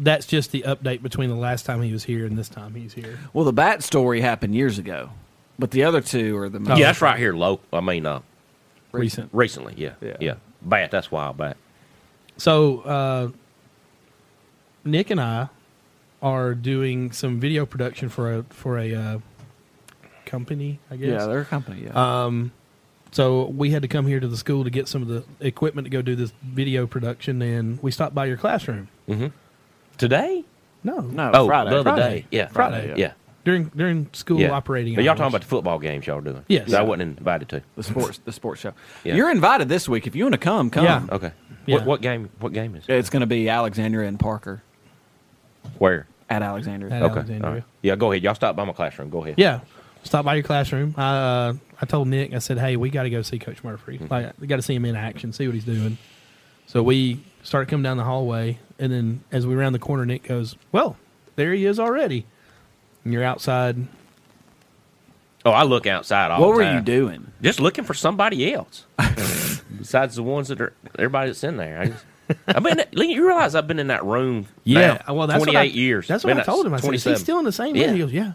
Speaker 2: That's just the update between the last time he was here and this time he's here.
Speaker 1: Well, the bat story happened years ago, but the other two are the most
Speaker 3: Yeah, Oh, that's right here. Low. I mean, uh,
Speaker 2: Recent.
Speaker 3: recently. Yeah, yeah,
Speaker 1: Yeah.
Speaker 3: Bat. That's why bat.
Speaker 2: So uh, Nick and I are doing some video production for a for a uh, company, I guess.
Speaker 3: Uh,
Speaker 1: Yeah, they're a company. Yeah.
Speaker 2: um, So we had to come here to the school to get some of the equipment to go do this video production, and we stopped by your classroom.
Speaker 3: Today?
Speaker 2: No,
Speaker 4: No,
Speaker 3: Oh,
Speaker 4: Friday.
Speaker 3: the other
Speaker 2: Friday.
Speaker 3: day. Yeah.
Speaker 2: Friday,
Speaker 3: Yeah.
Speaker 2: during during school
Speaker 3: yeah.
Speaker 2: operating.
Speaker 3: But y'all
Speaker 2: hours.
Speaker 3: talking about the football games y'all are doing?
Speaker 2: Yes.
Speaker 3: That I wasn't invited to.
Speaker 1: The sports, the sports show.
Speaker 3: Yeah.
Speaker 1: You're invited this week. If you want to come, come.
Speaker 2: Yeah.
Speaker 3: Okay.
Speaker 2: Yeah.
Speaker 3: What, what game? What game is? it?
Speaker 1: It's going to be Alexandria and Parker
Speaker 3: Where?
Speaker 1: at Alexandria.
Speaker 2: At
Speaker 3: Okay.
Speaker 2: Alexandria.
Speaker 3: all right. Yeah. Go ahead. Y'all stop by my classroom. Go ahead.
Speaker 2: Yeah. Stop by your classroom. I, Uh, I told Nick, I said, hey, we got to go see Coach
Speaker 3: Mm-hmm.
Speaker 2: Murphy. Like, we got to see him in action, see what he's doing. So we started coming down the hallway. And then as we round the corner, Nick goes, well, there he is already. And you're outside.
Speaker 3: Oh, I look outside all
Speaker 1: What
Speaker 3: the
Speaker 1: were
Speaker 3: time.
Speaker 1: you doing?
Speaker 3: Just looking for somebody else besides the ones that are everybody that's in there. I just, I mean, you realize I've been in that room. now
Speaker 2: well, that's what
Speaker 3: 28
Speaker 2: I,
Speaker 3: years.
Speaker 2: That's what
Speaker 3: Been
Speaker 2: I told him. I said, is he
Speaker 3: 27.
Speaker 2: still in the same room?
Speaker 3: Yeah.
Speaker 2: He goes, yeah.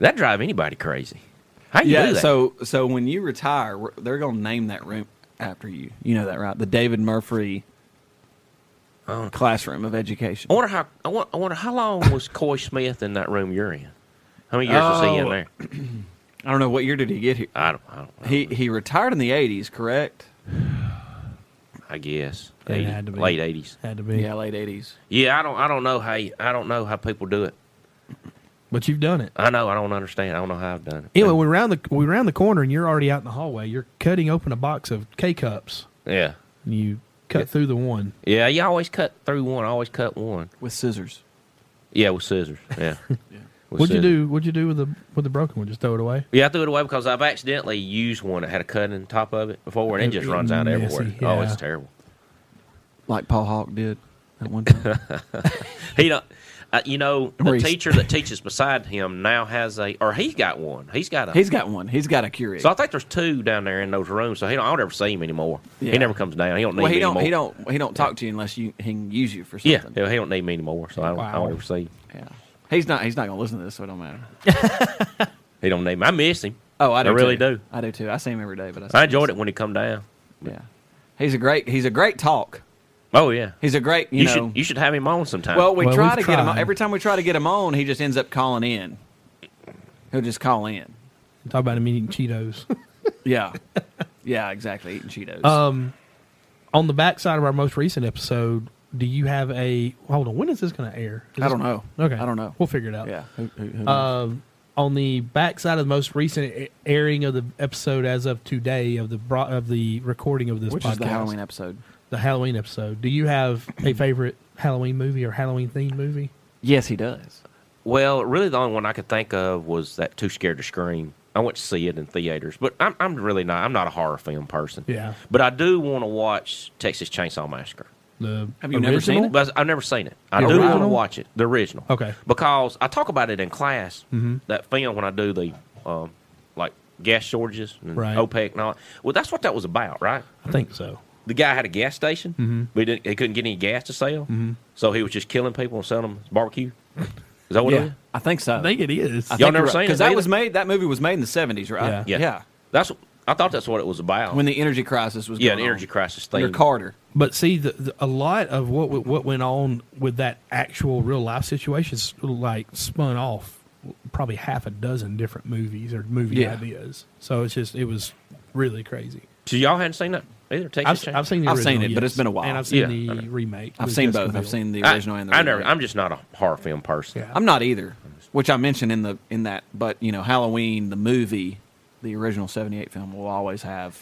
Speaker 3: That drive anybody crazy. How you do that?
Speaker 1: So so when you retire, we're- they're going to name that room after you. You know that, right? The David Murphy classroom of education.
Speaker 3: Oh. I wonder how I wonder, I wonder how long was Coy Smith in that room you're in? How many years was he in
Speaker 1: Oh.
Speaker 3: there?
Speaker 1: I don't know what year did he get here.
Speaker 3: I don't. I don't. I,
Speaker 1: He he retired in the '80s, correct?
Speaker 3: I guess
Speaker 2: It
Speaker 3: 80,
Speaker 2: had to be.
Speaker 3: late eighties.
Speaker 2: Had to be.
Speaker 1: Yeah, late '80s.
Speaker 3: Yeah, I don't. I don't know how. you- I don't know how people do it.
Speaker 2: But you've done it.
Speaker 3: I know. I don't understand. I don't know how I've done it.
Speaker 2: Anyway, we round the we round the corner and you're already out in the hallway. You're cutting open a box of K cups.
Speaker 3: Yeah.
Speaker 2: And you cut through the one.
Speaker 3: Yeah. You always cut through one. I always cut one.
Speaker 1: with scissors.
Speaker 3: Yeah, with scissors. Yeah. With
Speaker 2: What'd you
Speaker 3: scissors.
Speaker 2: do? What'd you do with the with the broken one? Just throw it away.
Speaker 3: Yeah, I threw it away because I've accidentally used one that had a cut in the top of it before, and it just
Speaker 2: It-
Speaker 3: runs
Speaker 1: Mm,
Speaker 3: out
Speaker 2: messy,
Speaker 3: everywhere. Oh,
Speaker 2: yeah.
Speaker 3: it's terrible.
Speaker 1: like Paul Hawk did at one time.
Speaker 3: He don't. Uh, you know, the
Speaker 1: Reese.
Speaker 3: teacher that teaches beside him now has a, or he's got one. He's got a.
Speaker 1: He's got one. He's got a Keurig.
Speaker 3: so I think there's two down there in those rooms. So he don't. I don't ever see him anymore.
Speaker 1: Yeah.
Speaker 3: He never comes down. He don't need
Speaker 1: well,
Speaker 3: me
Speaker 1: he don't.
Speaker 3: anymore.
Speaker 1: He don't. He don't talk to you unless you he can use you for
Speaker 3: Yeah,
Speaker 1: something.
Speaker 3: yeah, he don't need me anymore. So I don't. I
Speaker 2: Wow.
Speaker 3: don't ever see. Him.
Speaker 1: Yeah. He's not. He's not gonna listen to this, so it don't matter.
Speaker 3: He don't need me. I miss him.
Speaker 1: Oh, I do.
Speaker 3: I really
Speaker 1: too.
Speaker 3: do.
Speaker 1: I do too. I see him every day, but I, see
Speaker 3: I
Speaker 1: him.
Speaker 3: enjoyed it when he come down.
Speaker 1: Yeah. He's a great. He's a great talk.
Speaker 3: Oh yeah.
Speaker 1: He's a great. You,
Speaker 3: You,
Speaker 1: know.
Speaker 3: should. You should have him on sometime.
Speaker 1: well, we
Speaker 2: Well,
Speaker 1: try
Speaker 2: we've
Speaker 1: to get him. On,
Speaker 2: tried.
Speaker 1: every time we try to get him on, he just ends up calling in. He'll just call in.
Speaker 2: Talk about him eating Cheetos.
Speaker 1: Yeah. yeah. Exactly. Eating Cheetos.
Speaker 2: um, on the backside of our most recent episode, do you have a hold on? When is this going to air? Is
Speaker 1: I
Speaker 2: this-
Speaker 1: don't know.
Speaker 2: Okay,
Speaker 1: I don't know.
Speaker 2: We'll figure it out.
Speaker 1: yeah. Who- who- who knows?
Speaker 2: Um, on the backside of the most recent a- airing of the episode as of today of the bro- of the recording of this
Speaker 1: Which
Speaker 2: podcast,
Speaker 1: is the Halloween episode.
Speaker 2: the Halloween episode. Do you have a favorite Halloween movie or Halloween themed movie?
Speaker 1: Yes, he does.
Speaker 3: Well, really, the only one I could think of was that Too Scared to Scream. I went to see it in theaters, but I'm, I'm really not. I'm not a horror film person.
Speaker 2: Yeah.
Speaker 3: But I do want to watch Texas Chainsaw Massacre.
Speaker 2: The
Speaker 1: Have you never seen
Speaker 2: original?
Speaker 3: But I've never seen it. I
Speaker 2: The
Speaker 3: do want to
Speaker 2: original?
Speaker 3: watch it, the original.
Speaker 2: Okay. Mm-hmm.
Speaker 3: Because I talk about it in class. That film when I do the um, like gas shortages and
Speaker 2: Right.
Speaker 3: OPEC and all. Well, that's what that was about, right?
Speaker 2: I think so.
Speaker 3: The guy had a gas station,
Speaker 2: Mm-hmm.
Speaker 3: but he, didn't, he couldn't get any gas to sell, so he was just killing people and selling them barbecue. Is that what it
Speaker 1: Yeah.
Speaker 3: is?
Speaker 1: I think so.
Speaker 2: I think it is.
Speaker 3: Y'all never seen it
Speaker 1: because that
Speaker 3: either?
Speaker 1: was made. That movie was made in the seventies, right?
Speaker 3: Yeah. That's I thought that's what it was about.
Speaker 1: When the energy crisis was
Speaker 3: yeah,
Speaker 1: going
Speaker 3: an energy
Speaker 1: on.
Speaker 3: crisis thing.
Speaker 1: Under Carter.
Speaker 2: But see, the, the, a lot of what w- what went on with that actual real life situation s- like spun off probably half a dozen different movies or movie
Speaker 1: Yeah.
Speaker 2: ideas. So it's just it was really crazy.
Speaker 3: So y'all hadn't seen that either.
Speaker 2: I've,
Speaker 3: Texas
Speaker 2: s- I've seen the
Speaker 1: I've seen
Speaker 2: original,
Speaker 1: it, but
Speaker 2: yes.
Speaker 1: it's been a while.
Speaker 2: and I've seen
Speaker 3: Yeah.
Speaker 2: the remake.
Speaker 1: I've
Speaker 2: with
Speaker 1: Seen
Speaker 2: Jessica
Speaker 1: both. I've
Speaker 2: Biel.
Speaker 1: seen the
Speaker 3: I-
Speaker 1: original and the.
Speaker 3: I never.
Speaker 1: remake.
Speaker 3: I'm just not a horror film person.
Speaker 2: Yeah.
Speaker 1: I'm not either, which I mentioned in the in that. But you know, Halloween the movie, the original '78 film will always have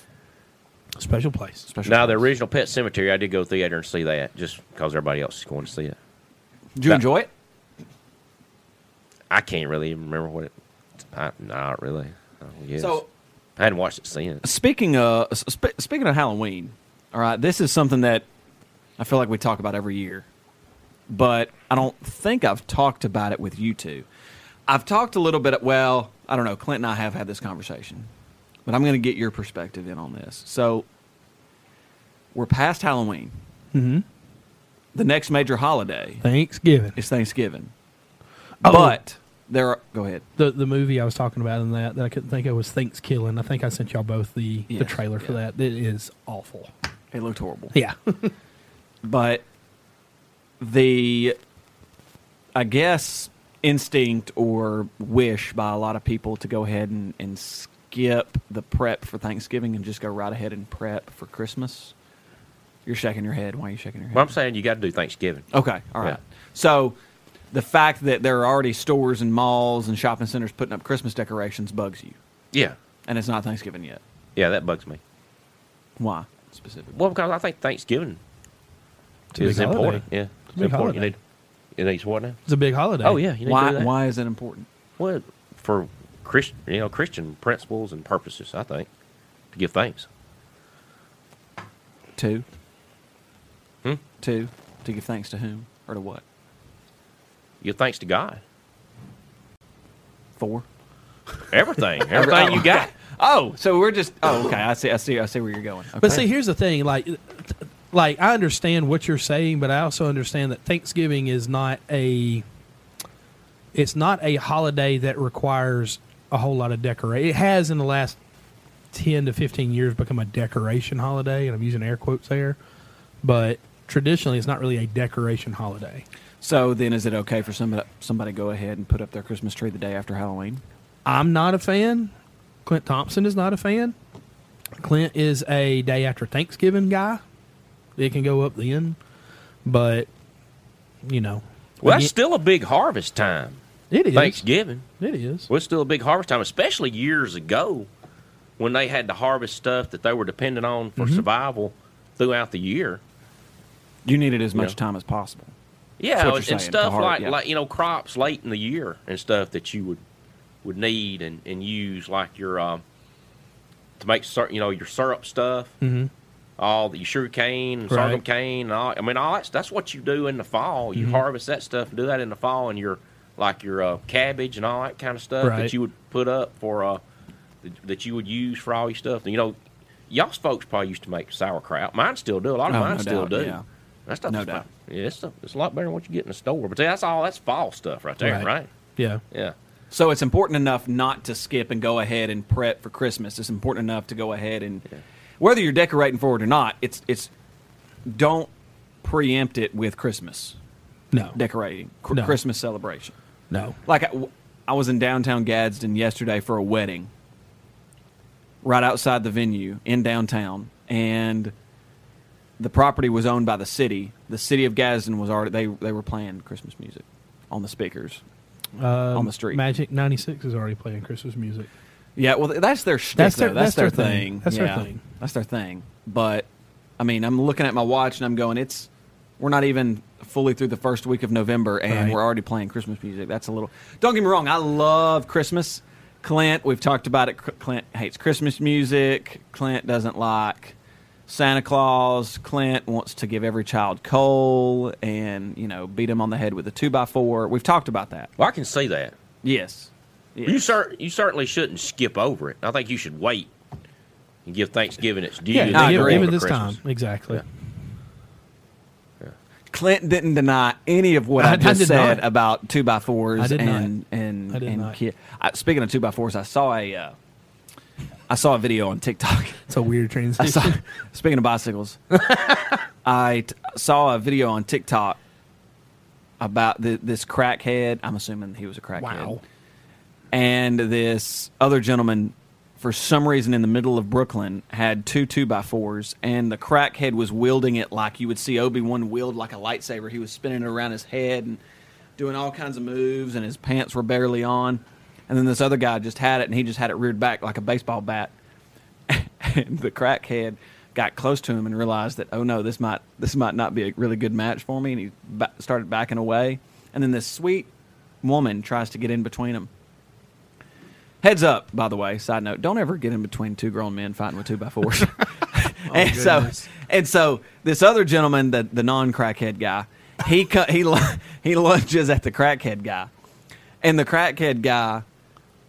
Speaker 2: special place.
Speaker 1: special.
Speaker 3: Now the
Speaker 1: effects.
Speaker 3: original Pet Cemetery, I did go to theater and see that just because everybody else is going to see it.
Speaker 1: Did you
Speaker 3: that-
Speaker 1: enjoy it?
Speaker 3: I can't really even remember what it. I, not really. Oh, yes.
Speaker 1: So-
Speaker 3: I hadn't watched it since.
Speaker 1: Speaking of sp- speaking of Halloween, all right, this is something that I feel like we talk about every year, but I don't think I've talked about it with you two. I've talked a little bit. Well, I don't know. Clint and I have had this conversation, but I'm going to get your perspective in on this. So we're past Halloween.
Speaker 2: Mm-hmm.
Speaker 1: The next major holiday
Speaker 2: Thanksgiving.
Speaker 1: is Thanksgiving,
Speaker 2: Oh.
Speaker 1: but there are. Go ahead.
Speaker 2: The the movie I was talking about in that that I couldn't think of was Thanksgiving. I think I sent y'all both the the
Speaker 1: Yes,
Speaker 2: trailer for
Speaker 1: yeah.
Speaker 2: that. It is awful.
Speaker 1: It looked horrible.
Speaker 2: Yeah.
Speaker 1: but the i guess instinct or wish by a lot of people to go ahead and, and s- skip the prep for Thanksgiving and just go right ahead and prep for Christmas? You're shaking your head. Why are you shaking your head?
Speaker 3: Well, I'm saying you got to do Thanksgiving.
Speaker 2: Oh.
Speaker 1: Okay, all right.
Speaker 3: Yeah.
Speaker 1: So the fact that there are already stores and malls and shopping centers putting up Christmas decorations bugs you,
Speaker 3: Yeah,
Speaker 1: and it's not Thanksgiving yet.
Speaker 3: yeah, that bugs me.
Speaker 1: Why specifically?
Speaker 3: Well, because I think Thanksgiving
Speaker 2: It's a
Speaker 3: is
Speaker 2: big holiday.
Speaker 3: important. Yeah,
Speaker 2: a
Speaker 3: it's
Speaker 2: big
Speaker 3: important. You
Speaker 2: holiday.
Speaker 3: need, it needs what now?
Speaker 2: It's a big holiday.
Speaker 3: Oh yeah, you need to
Speaker 1: why?
Speaker 3: do that.
Speaker 1: Why is it important?
Speaker 3: Well, for Christian, you know, Christian principles and purposes, I think to give thanks.
Speaker 1: Two.
Speaker 3: Hmm?
Speaker 1: Two. To give thanks to whom or to what?
Speaker 3: Give thanks to God.
Speaker 1: Four.
Speaker 3: Everything, everything you got.
Speaker 1: Oh, so we're just. Oh, okay. I see. I see. I see where you're going.
Speaker 2: But
Speaker 1: Okay.
Speaker 2: see, here's the thing. Like, th- like I understand what you're saying, but I also understand that Thanksgiving is not a. It's not a holiday that requires a whole lot of decoration. It has in the last ten to fifteen years become a decoration holiday, and I'm using air quotes there. But traditionally, it's not really a decoration holiday.
Speaker 1: so then, is it okay for somebody somebody go ahead and put up their Christmas tree the day after Halloween?
Speaker 2: I'm not a fan. Clint Thompson is not a fan. Clint is a day after Thanksgiving guy. It can go up then, but you know,
Speaker 3: Well,
Speaker 2: again-
Speaker 3: that's still a big harvest time.
Speaker 2: it is.
Speaker 3: Thanksgiving.
Speaker 2: It is.
Speaker 3: Well, it's still a big harvest time, especially years ago when they had to harvest stuff that they were dependent on
Speaker 2: Mm-hmm.
Speaker 3: for survival throughout the year.
Speaker 1: You need it as much
Speaker 3: Yeah.
Speaker 1: time as possible. That's
Speaker 3: Yeah,
Speaker 1: what
Speaker 3: and,
Speaker 1: you're
Speaker 3: and
Speaker 1: saying,
Speaker 3: stuff
Speaker 1: the har-
Speaker 3: like
Speaker 1: yeah.
Speaker 3: like you know crops late in the year and stuff that you would would need and, and use like your um, to make certain you know your syrup stuff,
Speaker 2: Mm-hmm.
Speaker 3: all the your sugar cane, and
Speaker 2: Right.
Speaker 3: sorghum cane, and all. I mean, all that's that's what you do in the fall.
Speaker 1: Mm-hmm.
Speaker 3: You harvest that stuff and do that in the fall, and your like your uh, cabbage and all that kind of stuff
Speaker 2: Right.
Speaker 3: that you would put up for uh, that, that you would use for all your stuff. You know, y'all's folks probably used to make sauerkraut. Mine still do. A lot of
Speaker 1: Oh,
Speaker 3: mine
Speaker 1: no
Speaker 3: still
Speaker 1: doubt,
Speaker 3: do.
Speaker 1: yeah.
Speaker 3: That stuff
Speaker 1: No
Speaker 3: is
Speaker 1: doubt.
Speaker 3: fine. Yeah, it's a, it's a lot better than what you get in the store. But see, that's all that's fall stuff right there,
Speaker 2: Right.
Speaker 3: right?
Speaker 2: Yeah.
Speaker 3: Yeah.
Speaker 1: So it's important enough not to skip and go ahead and prep for Christmas. It's important enough to go ahead and whether you're decorating for it or not, it's it's don't preempt it with Christmas
Speaker 2: No.
Speaker 1: decorating, cr-
Speaker 2: No.
Speaker 1: Christmas celebration.
Speaker 2: no.
Speaker 1: Like I, w- I was in downtown Gadsden yesterday for a wedding, right outside the venue in downtown, and the property was owned by the city. The city of Gadsden was already they they were playing Christmas music on the speakers.
Speaker 2: Um,
Speaker 1: the street.
Speaker 2: Magic ninety six is already playing Christmas music.
Speaker 1: Yeah, well, th- that's their shtick,
Speaker 2: That's their-
Speaker 1: though. That's,
Speaker 2: that's
Speaker 1: their,
Speaker 2: their
Speaker 1: thing.
Speaker 2: thing. That's their
Speaker 1: Yeah.
Speaker 2: thing.
Speaker 1: That's their thing. But I mean, I'm looking at my watch and I'm going, it's we're not even fully through the first week of November, and
Speaker 2: Right.
Speaker 1: we're already playing Christmas music. That's a little. Don't get me wrong, I love Christmas. Clint, we've talked about it. C- Clint hates Christmas music. Clint doesn't like Santa Claus. Clint wants to give every child coal and you know beat him on the head with a two by four. We've talked about that.
Speaker 3: Well, I can see that.
Speaker 1: Yes. yes.
Speaker 3: You cer- you certainly shouldn't skip over it. I think you should wait and give Thanksgiving its due. and
Speaker 1: I
Speaker 3: then
Speaker 2: give-
Speaker 3: go
Speaker 1: agree.
Speaker 3: on
Speaker 2: even
Speaker 3: to
Speaker 2: this
Speaker 3: Christmas.
Speaker 2: time exactly.
Speaker 3: Yeah.
Speaker 1: Clint didn't deny any of what I,
Speaker 2: I- I
Speaker 1: just
Speaker 2: did
Speaker 1: said
Speaker 2: not.
Speaker 1: about two by fours
Speaker 2: I did not.
Speaker 1: and and
Speaker 2: I did
Speaker 1: and
Speaker 2: not.
Speaker 1: ki- I, speaking of two by fours, I saw a uh, I saw a video on TikTok.
Speaker 2: It's a weird
Speaker 1: I
Speaker 2: transition.
Speaker 1: saw speaking of bicycles, I t- saw a video on TikTok about the, this crackhead. I'm assuming he was a crackhead
Speaker 2: wow.
Speaker 1: and this other gentleman for some reason in the middle of brooklyn had two two by fours and the crackhead was wielding it like you would see obi-wan wield like a lightsaber he was spinning it around his head and doing all kinds of moves and his pants were barely on and then this other guy just had it and he just had it reared back like a baseball bat and the crackhead got close to him and realized that oh no this might this might not be a really good match for me and he ba- started backing away and then this sweet woman tries to get in between them Heads up, by the way, side note, don't ever get in between two grown men fighting with two by fours. and so
Speaker 2: goodness.
Speaker 1: and so this other gentleman, the, the non crackhead guy, he cu- he lu- he lunges at the crackhead guy. And the crackhead guy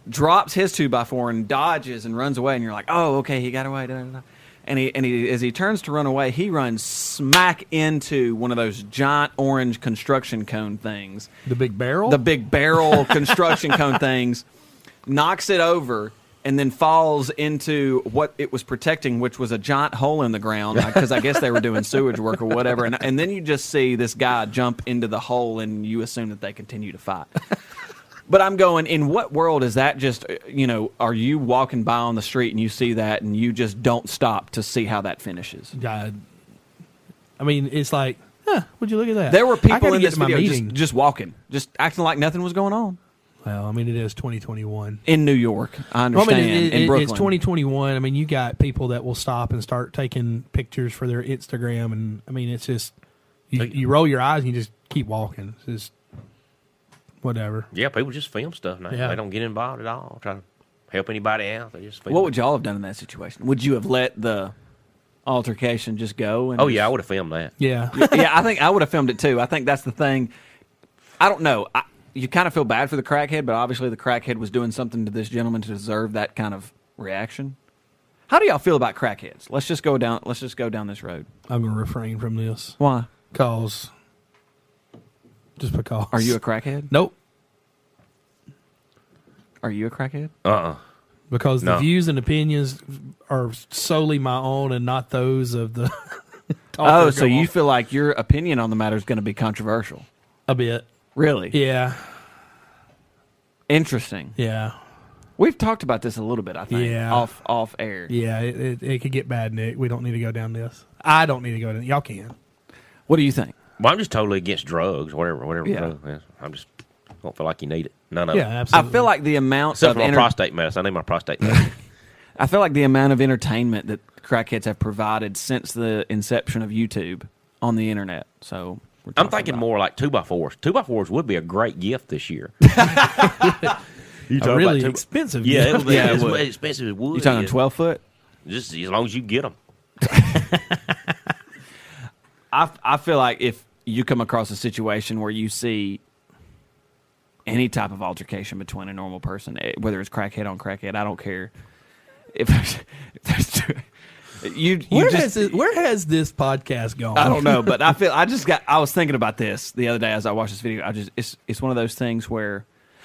Speaker 1: drops his two by four and dodges and runs away and you're like, Oh, okay, he got away. da, da, da. And he and he as he turns to run away, he runs smack into one of those giant orange construction cone things
Speaker 2: The big barrel.
Speaker 1: the big barrel construction cone things, knocks it over, and then falls into what it was protecting, which was a giant hole in the ground because I guess they were doing sewage work or whatever. And, and then you just see this guy jump into the hole, and you assume that they continue to fight. But I'm going, in what world is that just, uh, you know, are you walking by on the street and you see that and you just don't stop to see how that finishes?
Speaker 2: God. I mean, it's like, huh, would you look at that?
Speaker 1: There were
Speaker 2: I
Speaker 1: people
Speaker 2: gotta
Speaker 1: in
Speaker 2: get
Speaker 1: this
Speaker 2: to my
Speaker 1: video just,
Speaker 2: meeting.
Speaker 1: just walking, just acting like nothing was going on
Speaker 2: well, I mean, it is 2021.
Speaker 1: in New York. I
Speaker 2: Well, I
Speaker 1: understand.
Speaker 2: mean, it-
Speaker 1: in
Speaker 2: it-
Speaker 1: Brooklyn.
Speaker 2: it's 2021. I mean, you got people that will stop and start taking pictures for their Instagram, and I mean, it's just you, you roll your eyes and you just keep walking. It's just whatever.
Speaker 3: Yeah, people just film stuff now.
Speaker 2: Yeah.
Speaker 3: They don't get involved at all. Try to help anybody out. They just film.
Speaker 1: What would y'all have done in that situation? Would you have let the altercation just go? And
Speaker 3: oh yeah, I
Speaker 1: just-
Speaker 3: would have filmed that.
Speaker 2: Yeah,
Speaker 1: yeah, I think I would have filmed it too. I think that's the thing. I don't know. I, you kind of feel bad for the crackhead, but obviously the crackhead was doing something to this gentleman to deserve that kind of reaction. How do y'all feel about crackheads? Let's just go down. Let's just go down this road.
Speaker 2: I'm gonna refrain from this
Speaker 1: Why
Speaker 2: cause just because.
Speaker 1: are you a crackhead?
Speaker 2: nope?
Speaker 1: Are you a crackhead?
Speaker 3: Uh uh
Speaker 2: Because the
Speaker 3: No.
Speaker 2: views and opinions are solely my own and not those of the.
Speaker 1: Oh, so
Speaker 2: Go on.
Speaker 1: you feel like your opinion on the matter is going to be controversial?
Speaker 2: a bit?
Speaker 1: Really?
Speaker 2: Yeah,
Speaker 1: Interesting.
Speaker 2: yeah,
Speaker 1: We've talked about this a little bit. I think
Speaker 2: Yeah.
Speaker 1: off off air.
Speaker 2: yeah. It, it, it could get bad, Nick. We don't need to go down this. I don't need to go down. Y'all can.
Speaker 1: What do you think?
Speaker 3: Well, I'm just totally against drugs, whatever, whatever.
Speaker 1: Yeah.
Speaker 3: drug is. I'm just don't feel like you need it. None of
Speaker 2: Yeah,
Speaker 3: it.
Speaker 1: I
Speaker 2: absolutely.
Speaker 1: feel like the amount
Speaker 3: Except
Speaker 1: of
Speaker 3: for my
Speaker 1: enter-
Speaker 3: prostate medicine. I need my prostate medicine.
Speaker 1: I feel like the amount of entertainment that crackheads have provided since the inception of YouTube on the internet. So we're
Speaker 3: I'm
Speaker 1: talking
Speaker 3: thinking
Speaker 1: about-
Speaker 3: more like two by fours. Two by fours would be a great gift this year. you
Speaker 2: a really expensive.
Speaker 3: Yeah, it would be
Speaker 1: Yeah, it
Speaker 3: as
Speaker 1: would.
Speaker 3: expensive as wood.
Speaker 1: You talking
Speaker 3: is.
Speaker 1: twelve foot?
Speaker 3: Just as long as you get them.
Speaker 1: I I feel like if you come across a situation where you see any type of altercation between a normal person, eh, whether it's crackhead on crackhead, I don't care. If there's, if there's two, you, you
Speaker 2: where
Speaker 1: just,
Speaker 2: has this, where has this podcast gone?
Speaker 1: I don't know, but I feel I just got. I was thinking about this the other day as I watched this video. I just it's it's one of those things where,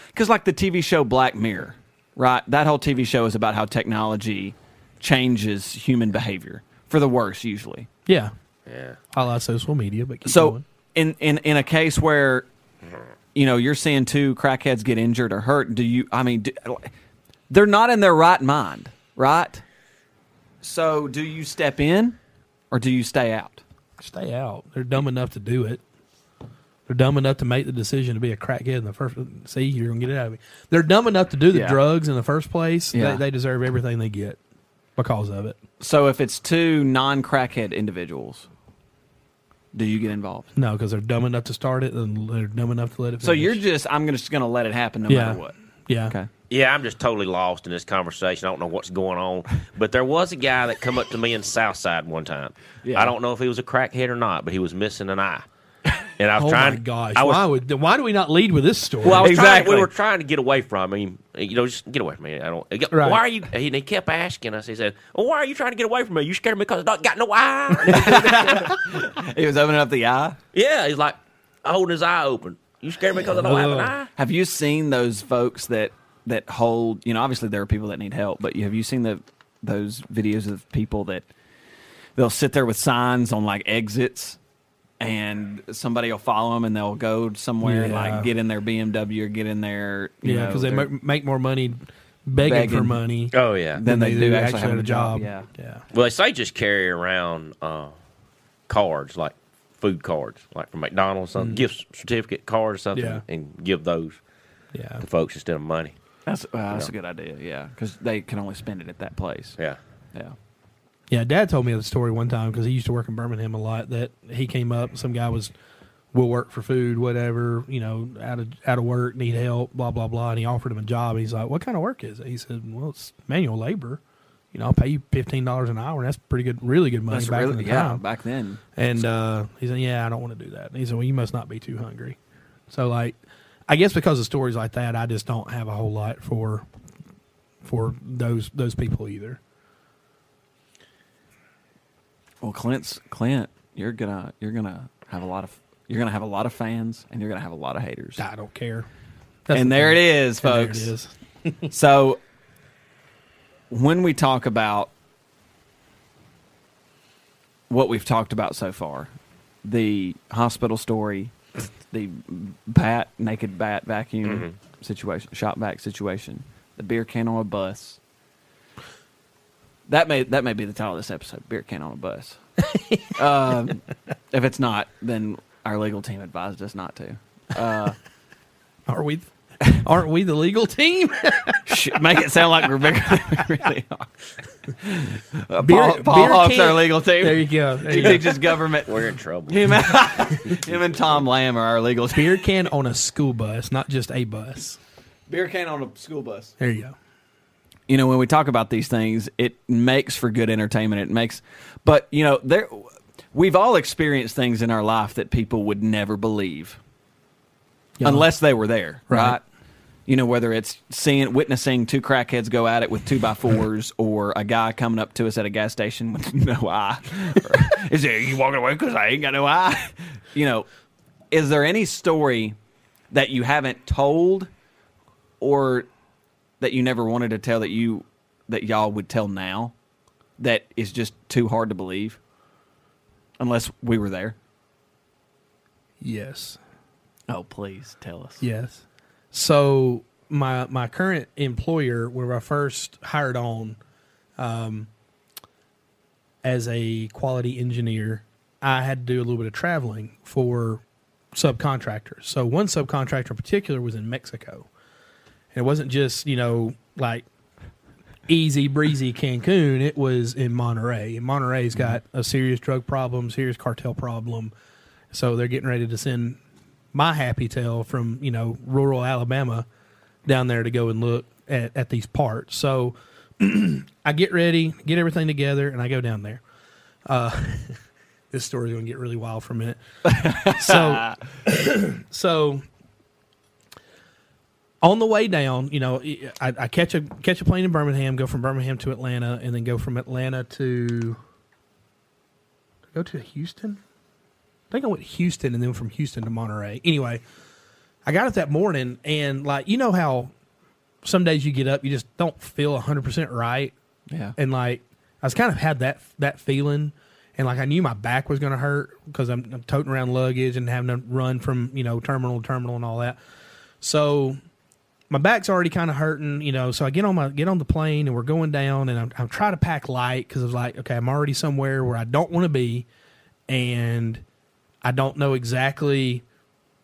Speaker 1: because like the TV show Black Mirror, right? That whole TV show is about how technology changes human behavior for the worse usually.
Speaker 2: Yeah,
Speaker 3: Yeah.
Speaker 2: I like social media, but keep
Speaker 1: So
Speaker 2: going.
Speaker 1: in in in a case where, you know, you're seeing two crackheads get injured or hurt, do you? I mean, do, they're not in their right mind, right? So do you step in, or do you stay out?
Speaker 2: stay out. They're dumb enough to do it. They're dumb enough to make the decision to be a crackhead in the first. See, you're gonna get it out of me. They're dumb enough to do the
Speaker 1: Yeah.
Speaker 2: drugs in the first place. They-
Speaker 1: Yeah.
Speaker 2: They, deserve everything they get because of it.
Speaker 1: So if it's two non-crackhead individuals, do you get involved?
Speaker 2: No, because they're dumb enough to start it and they're dumb enough to let it. Finish.
Speaker 1: So you're just I'm gonna, just going to let it happen no
Speaker 2: yeah,
Speaker 1: matter what.
Speaker 2: yeah.
Speaker 1: Okay.
Speaker 3: Yeah, I'm just totally lost in this conversation. I don't know what's going on. But there was a guy that come up to me in Southside one time.
Speaker 1: Yeah.
Speaker 3: I don't know if he was a crackhead or not, but he was missing an eye. And I was
Speaker 2: Oh
Speaker 3: trying.
Speaker 2: my gosh!
Speaker 3: I was,
Speaker 2: why would why do we not lead with this story?
Speaker 3: well, I was
Speaker 1: Exactly.
Speaker 3: trying. We were trying to get away from him. You know, just get away from me. I don't.
Speaker 2: Right.
Speaker 3: Why are you? He, and he kept asking us. He said, well, "Why are you trying to get away from me? You scared me because I don't got no eye."
Speaker 1: It was opening up the eye.
Speaker 3: yeah, he's like holding his eye open. You scared me because I don't have an eye.
Speaker 1: Have you seen those folks that that hold? You know, obviously there are people that need help, but you- have you seen the those videos of people that they'll sit there with signs on like exits? And somebody will follow them, and they'll go somewhere and
Speaker 2: Yeah.
Speaker 1: like get in their BMW or get in their you
Speaker 2: yeah,
Speaker 1: know,
Speaker 2: because they
Speaker 1: their-
Speaker 2: ma- make more money begging, for
Speaker 1: Begging.
Speaker 2: money
Speaker 3: Oh yeah.
Speaker 1: than they, do actually have
Speaker 2: at
Speaker 1: a job. Yeah,
Speaker 2: yeah.
Speaker 3: Well, they say just carry around uh, cards, like food cards, like from McDonald's, some gift certificate cards or something,
Speaker 2: Mm. Yeah.
Speaker 3: and give those
Speaker 2: Yeah.
Speaker 3: to folks instead of money.
Speaker 1: That's well, that's a good idea. Yeah, because they can only spend it at that place.
Speaker 3: Yeah.
Speaker 1: Yeah.
Speaker 2: Yeah. Dad told me the story one time because he used to work in Birmingham a lot. That he came up, some guy was, will work for food, whatever, you know, out of out of work, need help, blah blah blah. And he offered him a job. He's like, "What kind of work is it?" He said, "Well, it's manual labor. You know, I'll pay you fifteen dollars an hour, and that's pretty good, really good money
Speaker 1: That's
Speaker 2: back in
Speaker 1: really,
Speaker 2: the
Speaker 1: yeah,
Speaker 2: time."
Speaker 1: back then.
Speaker 2: And uh, he said, "Yeah, I don't want to do that." And he said, "Well, you must not be too hungry." So, like, I guess because of stories like that, I just don't have a whole lot for for those those people either.
Speaker 1: Well, Clint's Clint, you're gonna you're gonna have a lot of you're gonna have a lot of fans and you're gonna have a lot of haters.
Speaker 2: I don't care.
Speaker 1: And there it is,
Speaker 2: And there
Speaker 1: folks.
Speaker 2: it is.
Speaker 1: So when we talk about what we've talked about so far, the hospital story, the bat naked bat vacuum situation, shop vac situation, the beer can on a bus. That may that may be the title of this episode: beer can on a bus. um, if it's not, then our legal team advised us not to. Uh,
Speaker 2: Are we? Aren't we the legal team?
Speaker 1: sh- make it sound like we're bigger than we really are. Uh,
Speaker 2: Beer-
Speaker 1: Paul, Paul
Speaker 2: beer
Speaker 1: Hoff's our
Speaker 2: can-
Speaker 1: legal team.
Speaker 2: there you go. There
Speaker 1: he
Speaker 2: you go.
Speaker 1: teaches government.
Speaker 3: We're in trouble.
Speaker 1: Him, him and Tom Lamb are our legal team.
Speaker 2: Beer can on a school bus, not just a bus.
Speaker 1: Beer can on a school bus.
Speaker 2: There you go.
Speaker 1: you know when we talk about these things it makes for good entertainment it makes but you know there we've all experienced things in our life that people would never believe
Speaker 2: Yeah.
Speaker 1: unless they were there right.
Speaker 2: Right.
Speaker 1: you know whether it's seeing witnessing two crackheads go at it with two by fours or a guy coming up to us at a gas station with no eye or, is there you walking away because i ain't got no eye you know is there any story that you haven't told or that you never wanted to tell that you that y'all would tell now that is just too hard to believe unless we were there
Speaker 2: Yes.
Speaker 1: oh please tell us
Speaker 2: Yes. So my my current employer, where I first hired on, um, as a quality engineer, I had to do a little bit of traveling for subcontractors. So one subcontractor in particular was in Mexico, and it wasn't just you know like easy breezy Cancun. It was in Monterey, and Monterey's got a serious drug problem, serious cartel problem. So they're getting ready to send my happy tale from you know rural Alabama down there to go and look at, at these parts. So I get ready, get everything together, and I go down there. Uh, this story's going to get really wild for a minute. so, so on the way down, you know, I, I catch a catch a plane in Birmingham, go from Birmingham to Atlanta, and then go from Atlanta to go to Houston. I think I went to Houston and then from Houston to Monterey. Anyway, I got up that morning and like you know how some days you get up you just don't feel 100% right
Speaker 1: yeah
Speaker 2: and like I was kind of had that that feeling and like I knew my back was going to hurt because I'm, I'm toting around luggage and having to run from, you know, terminal to terminal and all that. So my back's already kind of hurting, you know. So I get on my get on the plane and we're going down, and I'm, I'm trying to pack light because I was like, okay, I'm already somewhere where I don't want to be, and I don't know exactly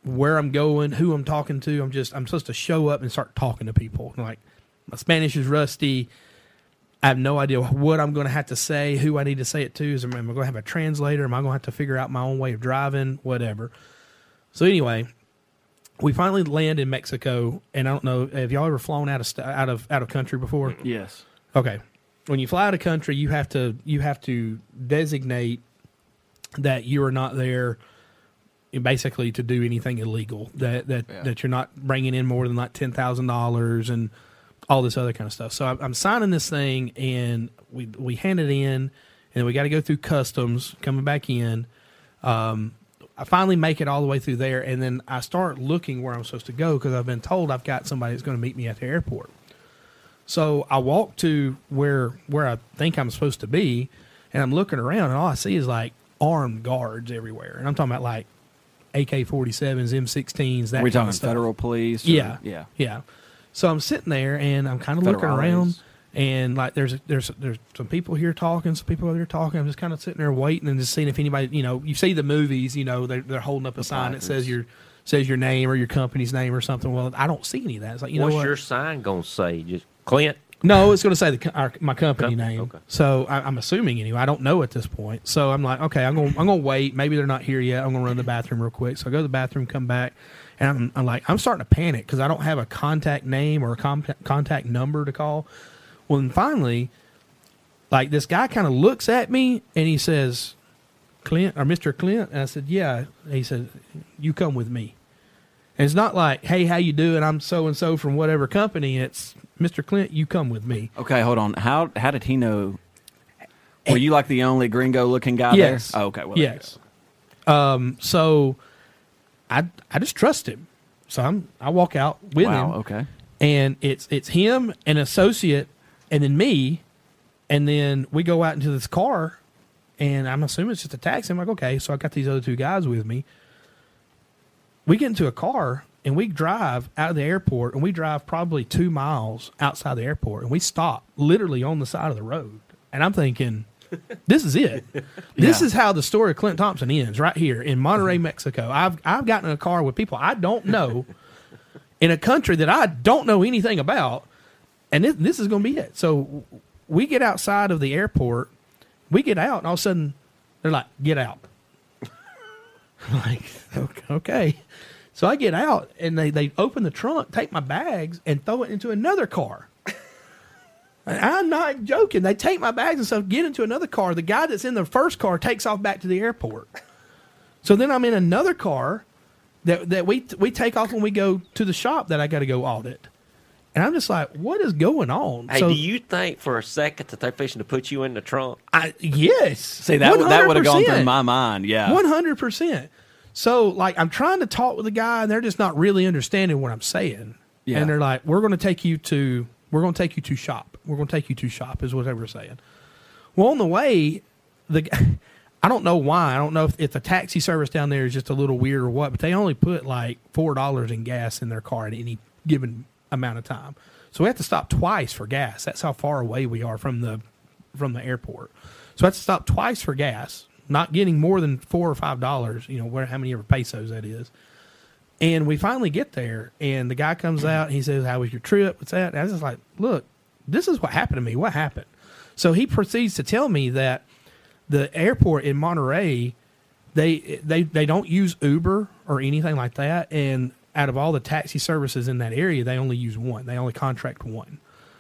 Speaker 2: where I'm going, who I'm talking to. I'm just I'm supposed to show up and start talking to people. And like my Spanish is rusty. I have no idea what I'm going to have to say, who I need to say it to. Is am I going to have a translator? Am I going to have to figure out my own way of driving? Whatever. So anyway, we finally land in Mexico, and I don't know have y'all ever flown out of st- out of out of country before.
Speaker 1: yes
Speaker 2: Okay, when you fly out of country, you have to you have to designate that you are not there, basically to do anything illegal. That that
Speaker 1: Yeah.
Speaker 2: that you're not bringing in more than like ten thousand dollars and all this other kind of stuff. So I'm, I'm signing this thing, and we we hand it in, and we got to go through customs coming back in. I finally make it all the way through there, and then I start looking where I'm supposed to go because I've been told I've got somebody that's going to meet me at the airport. So I walk to where where I think I'm supposed to be, and I'm looking around, and all I see is like armed guards everywhere, and I'm talking about like AK-47s, M16s. That
Speaker 1: we're
Speaker 2: kind
Speaker 1: talking
Speaker 2: of stuff.
Speaker 1: federal police or-
Speaker 2: Yeah,
Speaker 1: yeah
Speaker 2: yeah. So I'm sitting there and I'm kind of
Speaker 1: Federal
Speaker 2: looking around,
Speaker 1: Highways.
Speaker 2: and like there's there's there's some people here talking, some people over there talking. I'm just kind of sitting there waiting and just seeing if anybody, you know, you see the movies, you know, they're they're holding up a sign that says
Speaker 1: placards.
Speaker 2: your says your name or your company's name or something. Well, I don't see any of that. It's like you
Speaker 3: What's
Speaker 2: know what?
Speaker 3: your sign gonna say? Just Clint.
Speaker 2: No, it's going to say the co- our, my company,
Speaker 3: Company,
Speaker 2: name.
Speaker 3: okay.
Speaker 2: So I, I'm assuming anyway. I don't know at this point. So I'm like, okay, I'm going. I'm going to wait. Maybe they're not here yet. I'm going to run to the bathroom real quick. So I go to the bathroom, come back, and I'm, I'm like, I'm starting to panic because I don't have a contact name or a com- contact number to call. Well, and finally, like this guy kind of looks at me and he says, "Clint or Mister Clint," and I said, "Yeah." And he said, "You come with me." And it's not like, "Hey, how you doing? I'm so and so from whatever company." It's Mister Clint. You come with me.
Speaker 1: okay hold on how how did he know were you like the only gringo looking guy
Speaker 2: Yes.
Speaker 1: there oh, okay well there you
Speaker 2: yes. Um. So, I I just trust him. So I'm I walk out
Speaker 1: go.
Speaker 2: with
Speaker 1: wow
Speaker 2: him,
Speaker 1: okay
Speaker 2: and it's it's him, an associate, and then me, and then we go out into this car, and I'm assuming it's just a taxi. I'm like, okay, so I got these other two guys with me. We get into a car, and we drive out of the airport and we drive probably two miles outside the airport and we stop literally on the side of the road. And I'm thinking, this is it. This
Speaker 1: Yeah.
Speaker 2: is how the story of Clint Thompson ends right here in Monterey, Mexico. I've I've gotten in a car with people I don't know in a country that I don't know anything about, and this, this is going to be it. So w- we get outside of the airport, we get out, and all of a sudden they're like, "Get out!" I'm like, "Ok- okay. So I get out, and they they open the trunk, take my bags, and throw it into another car. And I'm not joking. They take my bags and stuff, get into another car. The guy that's in the first car takes off back to the airport. So then I'm in another car that that we we take off when we go to the shop that I got to go audit. And I'm just like, what is going on?
Speaker 4: Hey, do you think for a second that they're fishing to put you in the trunk?
Speaker 2: I, yes,
Speaker 1: See that that would have gone through
Speaker 2: 100%.
Speaker 1: my mind. Yeah.
Speaker 2: One hundred percent. So like I'm trying to talk with the guy and they're just not really understanding what I'm saying.
Speaker 1: Yeah.
Speaker 2: And they're like, We're gonna take you to we're gonna take you to shop. We're gonna take you to shop is what they were saying. Well on the way, the g- I don't know why. I don't know if, if the taxi service down there is just a little weird or what, but they only put like four dollars in gas in their car at any given amount of time. So we have to stop twice for gas. That's how far away we are from the from the airport. So I had to stop twice for gas, not getting more than four or five dollars, you know, where how many ever pesos that is. And we finally get there, and the guy comes out. And he says, "How was your trip? What's that?" And I was just like, "Look, this is what happened to me. What happened?" So he proceeds to tell me that the airport in Monterey, they they they don't use Uber or anything like that, and out of all the taxi services in that area, they only use one. They only contract one.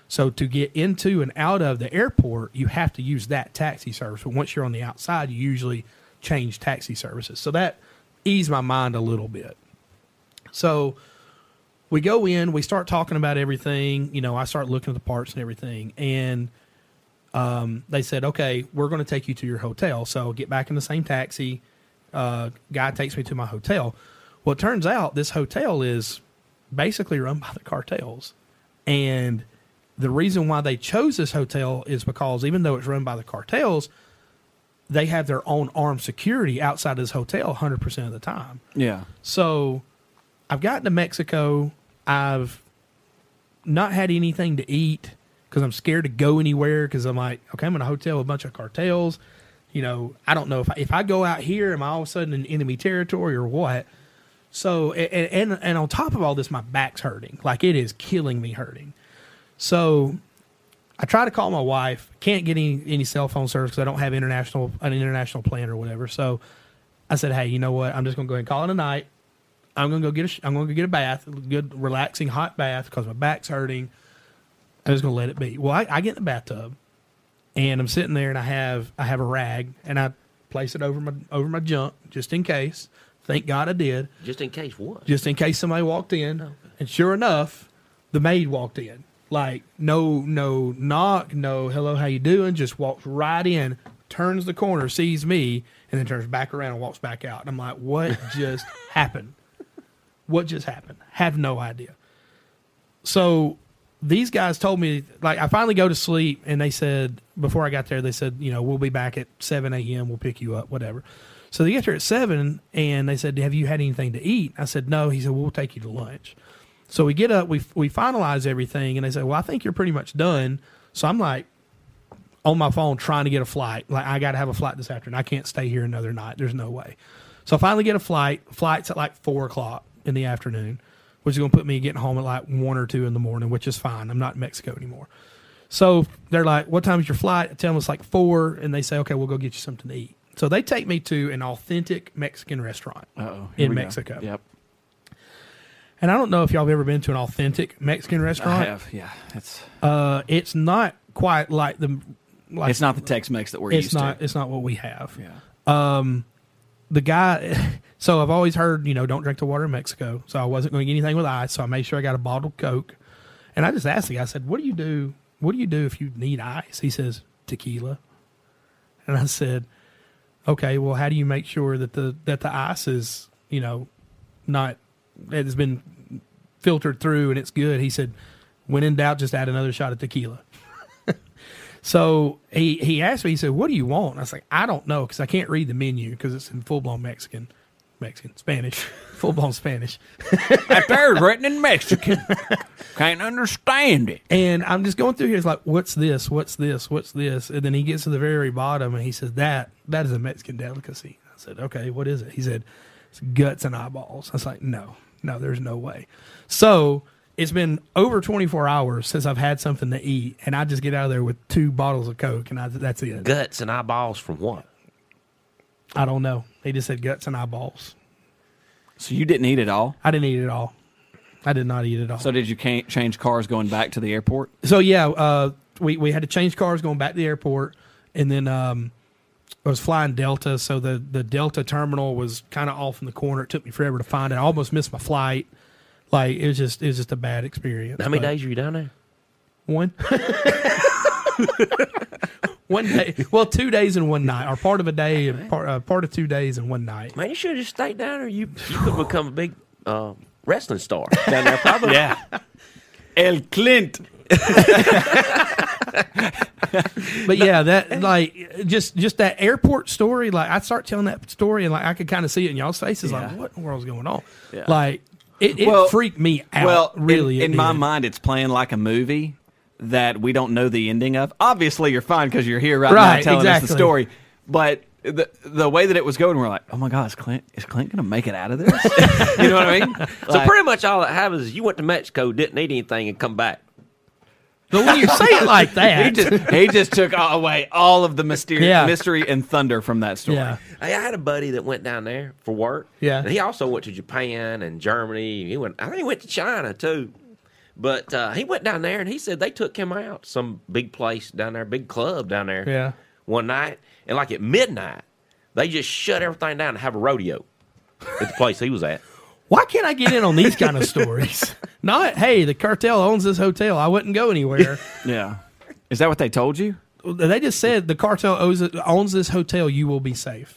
Speaker 2: So to get into and out of the airport, you have to use that taxi service. But once you're on the outside, you usually change taxi services. So that eased my mind a little bit. So we go in, we start talking about everything. You know, I start looking at the parts and everything. And um, they said, okay, we're going to take you to your hotel. So get back in the same taxi. Uh, guy takes me to my hotel. Well, it turns out this hotel is basically run by the cartels. And the reason why they chose this hotel is because even though it's run by the cartels, they have their own armed security outside this hotel 100% of the time.
Speaker 1: Yeah.
Speaker 2: So I've gotten to Mexico. I've not had anything to eat because I'm scared to go anywhere because I'm like, okay, I'm in a hotel with a bunch of cartels. You know, I don't know if I, if I go out here, am I all of a sudden in enemy territory or what? So, a- a- and, and, and on top of all this, my back's hurting. Like it is killing me hurting. So I try to call my wife. Can't get any, any cell phone service because I don't have international an international plan or whatever. So I said, hey, you know what? I'm just gonna go ahead and call it a night. I'm gonna go get a sh- I'm gonna go get a bath, a good relaxing hot bath because my back's hurting. I'm just gonna let it be. Well, I, I get in the bathtub and I'm sitting there and I have I have a rag and I place it over my over my junk just in case. Thank God I did
Speaker 4: Just in case what?
Speaker 2: just in case somebody walked in. And sure enough, the maid walked in. Like no, no knock, no hello, how you doing? Just walks right in, turns the corner, sees me, and then turns back around and walks back out. And I'm like, what just happened? What just happened? Have no idea. So these guys told me like I finally go to sleep and they said before I got there they said you know we'll be back at seven a.m. We'll pick you up whatever. So they get there at seven and they said have you had anything to eat? I said no. He said we'll take you to lunch. So we get up we we finalize everything and they said well I think you're pretty much done. So I'm like on my phone trying to get a flight like I got to have a flight this afternoon. I can't stay here another night. There's no way. So I finally get a flight. Flight's at like four o'clock in the afternoon, which is going to put me getting home at like one or two in the morning, which is fine. I'm not in Mexico anymore. So they're like, "What time's your flight?" I tell them it's like four, and they say, "Okay, we'll go get you something to eat." So they take me to an authentic Mexican restaurant
Speaker 1: Uh-oh. Here
Speaker 2: in
Speaker 1: we go.
Speaker 2: Mexico,
Speaker 1: Yep.
Speaker 2: and I don't know if y'all have ever been to an authentic Mexican
Speaker 1: I
Speaker 2: restaurant.
Speaker 1: have. Yeah. It's
Speaker 2: Uh, it's not quite like the like
Speaker 1: it's not the Tex Mex that we're
Speaker 2: it's
Speaker 1: used
Speaker 2: not
Speaker 1: to.
Speaker 2: it's not what we have.
Speaker 1: Yeah.
Speaker 2: the guy so i've always heard you know don't drink the water in mexico so i wasn't going to get anything with ice so i made sure i got a bottled coke and i just asked the guy i said what do you do what do you do if you need ice he says tequila and i said okay well how do you make sure that the that the ice is you know not it has been filtered through and it's good he said when in doubt just add another shot of tequila so he he asked me, he said, "What do you want?" I was like, "I don't know because I can't read the menu because it's in full blown Mexican." Mexican, Spanish, full blown Spanish.
Speaker 1: That there's written in Mexican. Can't understand it.
Speaker 2: And I'm just going through here. It's like, what's this? What's this? What's this? And then he gets to the very bottom and he says, that that is a Mexican delicacy. I said, okay, what is it? He said, it's guts and eyeballs. I was like, no, no, there's no way. So it's been over 24 hours since I've had something to eat, and I just get out of there with two bottles of Coke, and I, that's it.
Speaker 5: Guts and eyeballs from what?
Speaker 2: I don't know. He just said guts and eyeballs.
Speaker 1: So you didn't eat at all.
Speaker 2: I didn't eat it all. I did not eat it all.
Speaker 1: So did you can change cars going back to the airport?
Speaker 2: So yeah, uh, we we had to change cars going back to the airport, and then um, I was flying Delta, so the the Delta terminal was kind of off in the corner. It took me forever to find it. I almost missed my flight. Like it was just it was just a bad experience.
Speaker 5: How many
Speaker 2: But
Speaker 5: days were you down there?
Speaker 2: One. one day. Well, two days and one night, or part of a day, and part uh, part of two days and one night.
Speaker 5: Man, you should have just stayed down there. You, you could become a big uh, wrestling star down there, probably.
Speaker 1: Yeah. El Clint.
Speaker 2: But yeah, that like just just that airport story. Like I start telling that story, and like I could kind of see it in y'all's faces. Like,
Speaker 1: Yeah.
Speaker 2: what in the world's going on?
Speaker 1: Yeah.
Speaker 2: Like it, it
Speaker 1: Well-
Speaker 2: freaked me out.
Speaker 1: Well,
Speaker 2: really,
Speaker 1: in,
Speaker 2: it
Speaker 1: in my
Speaker 2: did.
Speaker 1: mind, it's playing like a movie that we don't know the ending of. Obviously, you're fine because you're here right, now
Speaker 2: Right,
Speaker 1: telling us the
Speaker 2: exactly.
Speaker 1: story. But the the way that it was going, we're like, oh my god, is Clint is Clint going to make it out of this? you know what I mean?
Speaker 3: So pretty much all that happens is you went to Mexico, didn't eat anything, and come back.
Speaker 2: But when you say it like that,
Speaker 1: he just he just took a- away all of the mystery,
Speaker 2: Yeah.
Speaker 1: mystery and thunder from that story.
Speaker 2: yeah,
Speaker 3: Hey, I had a buddy that went down there for work.
Speaker 2: Yeah.
Speaker 3: And he also went to Japan and Germany. He went. I think he went to China too. But uh, he went down there and he said they took him out some big place down there, big club down there.
Speaker 2: Yeah.
Speaker 3: One night and like at midnight, they just shut everything down and have a rodeo at the place he was at.
Speaker 2: why can't I get in on these kind of stories? Not hey, the cartel owns this hotel. I wouldn't go anywhere.
Speaker 1: yeah. Is that what they told you?
Speaker 2: they just said the cartel owns owns this hotel. You will be safe.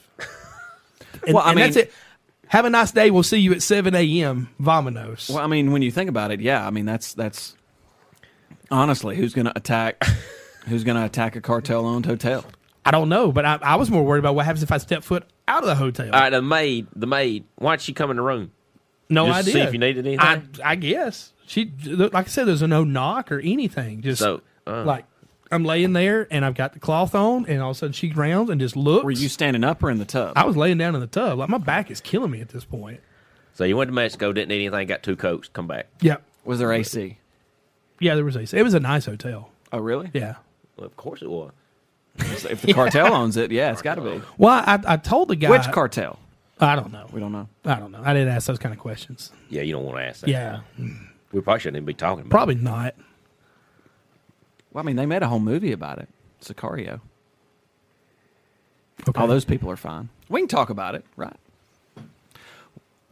Speaker 2: And,
Speaker 1: Well, I
Speaker 2: and that's
Speaker 1: mean-
Speaker 2: it. Have a nice day. We'll see you at seven a.m. Vominos.
Speaker 1: Well, I mean, when you think about it, yeah. I mean, that's that's honestly, who's going to attack? Who's going to attack a cartel-owned hotel?
Speaker 2: I don't know, but I, I was more worried about what happens if I step foot out of the hotel.
Speaker 3: All right, the maid, the maid, why'd she come in the room?
Speaker 2: no
Speaker 3: Just to
Speaker 2: idea.
Speaker 3: see if you needed anything?
Speaker 2: I, I guess she, like I said, there's no knock or anything. Just
Speaker 3: So, uh.
Speaker 2: like I'm laying there and I've got the cloth on, and all of a sudden she rounds and just looks.
Speaker 1: Were you standing up or in the tub?
Speaker 2: I was laying down in the tub. Like my back is killing me at this point.
Speaker 3: So you went to Mexico, didn't eat anything, got two cokes, come back.
Speaker 2: Yeah,
Speaker 1: Was there AC?
Speaker 2: yeah. There was a. It was a nice hotel.
Speaker 1: Oh, really?
Speaker 2: Yeah.
Speaker 3: Well, of course it was.
Speaker 1: If the cartel owns it, yeah, it's got to be.
Speaker 2: Well, I, I told the guy.
Speaker 1: Which cartel?
Speaker 2: I don't know.
Speaker 1: We don't know.
Speaker 2: I don't know. I didn't ask those kind of questions.
Speaker 3: Yeah, you don't want to ask that.
Speaker 2: Yeah,
Speaker 3: We probably shouldn't even be talking about
Speaker 2: probably not.
Speaker 1: Well, I mean, they made a whole movie about it. Sicario.
Speaker 2: Okay.
Speaker 1: All those people are fine. We can talk about it, right?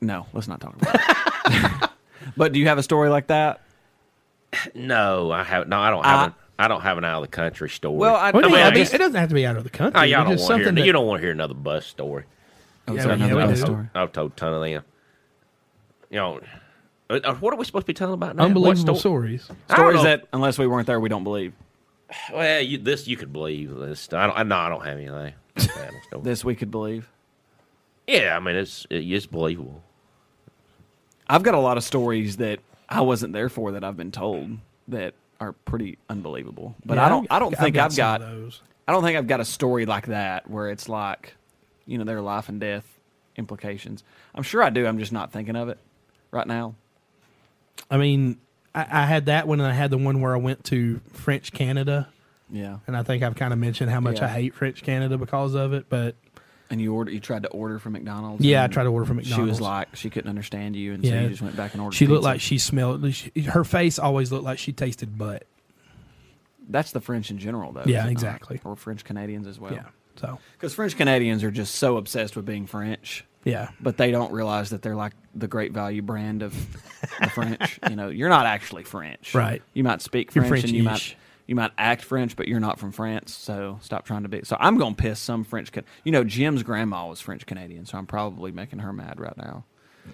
Speaker 1: No, let's not talk about it. but do you have a story like that?
Speaker 3: it. No, I have no I don't
Speaker 1: I-
Speaker 3: have an I don't have an out of the country story.
Speaker 1: Well, I,
Speaker 2: Well,
Speaker 1: I
Speaker 2: it doesn't
Speaker 1: mean,
Speaker 2: have to-
Speaker 3: just-
Speaker 2: it doesn't have to be out of the country.
Speaker 3: oh, y'all
Speaker 2: It's
Speaker 3: don't
Speaker 2: just
Speaker 3: want to hear
Speaker 2: something that-
Speaker 3: you don't want to hear another bus story.
Speaker 1: Oh,
Speaker 2: Yeah,
Speaker 1: is there
Speaker 2: we- yeah,
Speaker 1: another
Speaker 2: we
Speaker 1: bus
Speaker 2: do.
Speaker 1: story?
Speaker 3: I've told a ton of them. You know, uh, uh, what are we supposed to be telling about now?
Speaker 2: unbelievable
Speaker 3: What sto-
Speaker 2: stories.
Speaker 3: I don't
Speaker 1: Stories
Speaker 3: know.
Speaker 1: that, unless we weren't there, we don't believe.
Speaker 3: Well, you, this you could believe this. I don't. I, no, I don't have anything. I don't know.
Speaker 1: This we could believe.
Speaker 3: yeah, I mean it's it, it's believable.
Speaker 1: I've got a lot of stories that I wasn't there for that I've been told that are pretty unbelievable. But
Speaker 2: Yeah,
Speaker 1: I don't.
Speaker 2: I've-
Speaker 1: I don't think I've
Speaker 2: some
Speaker 1: got.
Speaker 2: of those.
Speaker 1: I don't think I've got a story like that where it's like, you know, there are life and death implications. I'm sure I do. I'm just not thinking of it right now.
Speaker 2: I mean, I, I had that one, and I had the one where I went to French Canada,
Speaker 1: Yeah.
Speaker 2: and I think I've kind of mentioned how much
Speaker 1: Yeah.
Speaker 2: I hate French Canada because of it. But
Speaker 1: And you order. You tried to order from McDonald's.
Speaker 2: yeah, I
Speaker 1: and
Speaker 2: tried to order from
Speaker 1: She
Speaker 2: McDonald's.
Speaker 1: was like, she couldn't understand you, and so
Speaker 2: Yeah.
Speaker 1: you just went back and ordered.
Speaker 2: she looked
Speaker 1: pizza.
Speaker 2: like she smelled. She, her face always looked like she tasted butt.
Speaker 1: That's the French in general, though.
Speaker 2: Yeah,
Speaker 1: is it not?
Speaker 2: exactly.
Speaker 1: Or French Canadians as well.
Speaker 2: Yeah. So
Speaker 1: Because French Canadians are just so obsessed with being French.
Speaker 2: yeah,
Speaker 1: but they don't realize that they're like the great value brand of the French. you know, you're not actually French,
Speaker 2: Right.
Speaker 1: You might speak
Speaker 2: You're
Speaker 1: French, and you might
Speaker 2: French-ish.
Speaker 1: you might act French, but you're not from France. So stop trying to be. So I'm gonna piss some French. Can- you know, Jim's grandma was French Canadian, so I'm probably making her mad right now.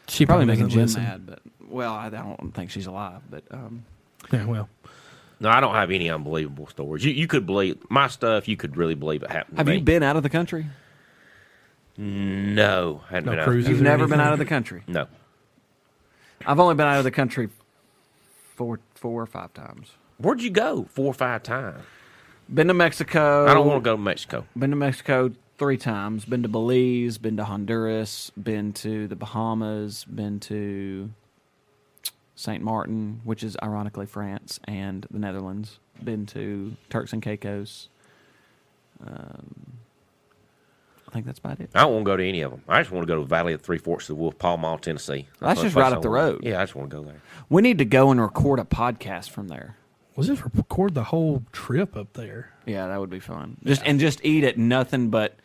Speaker 2: she
Speaker 1: Probably, making
Speaker 2: doesn't
Speaker 1: Jim
Speaker 2: listen.
Speaker 1: mad, but well, I, I don't think she's alive. But um,
Speaker 2: Yeah, well,
Speaker 3: No, I don't have any unbelievable stories. You you could believe my stuff. You could really believe it happened. to
Speaker 1: have
Speaker 3: me.
Speaker 1: you been out of the country?
Speaker 3: No, hadn't
Speaker 2: No
Speaker 3: been out.
Speaker 2: cruises.
Speaker 1: You've
Speaker 2: or
Speaker 1: never been
Speaker 2: anything?
Speaker 1: out of the country.
Speaker 3: No,
Speaker 1: I've only been out of the country four, four or five times.
Speaker 3: where'd you go? Four or five times.
Speaker 1: Been to Mexico.
Speaker 3: I don't want to go to Mexico.
Speaker 1: Been to Mexico three times. Been to Belize. Been to Honduras. Been to the Bahamas. Been to Saint Martin, which is ironically France, and the Netherlands. Been to Turks and Caicos. Um, I think that's about it.
Speaker 3: I don't want to go to any of them. I just want to go to the Valley of the Three Forks of the Wolf, Pall Mall, Tennessee.
Speaker 1: That's
Speaker 3: the
Speaker 1: just
Speaker 3: place
Speaker 1: right
Speaker 3: I
Speaker 1: up the
Speaker 3: wanna-
Speaker 1: road.
Speaker 3: Yeah, I just want to go there.
Speaker 1: We need to go and record a podcast from there.
Speaker 2: Was this record the whole trip up there?
Speaker 1: Yeah, that would be fun. Just and just eat at nothing but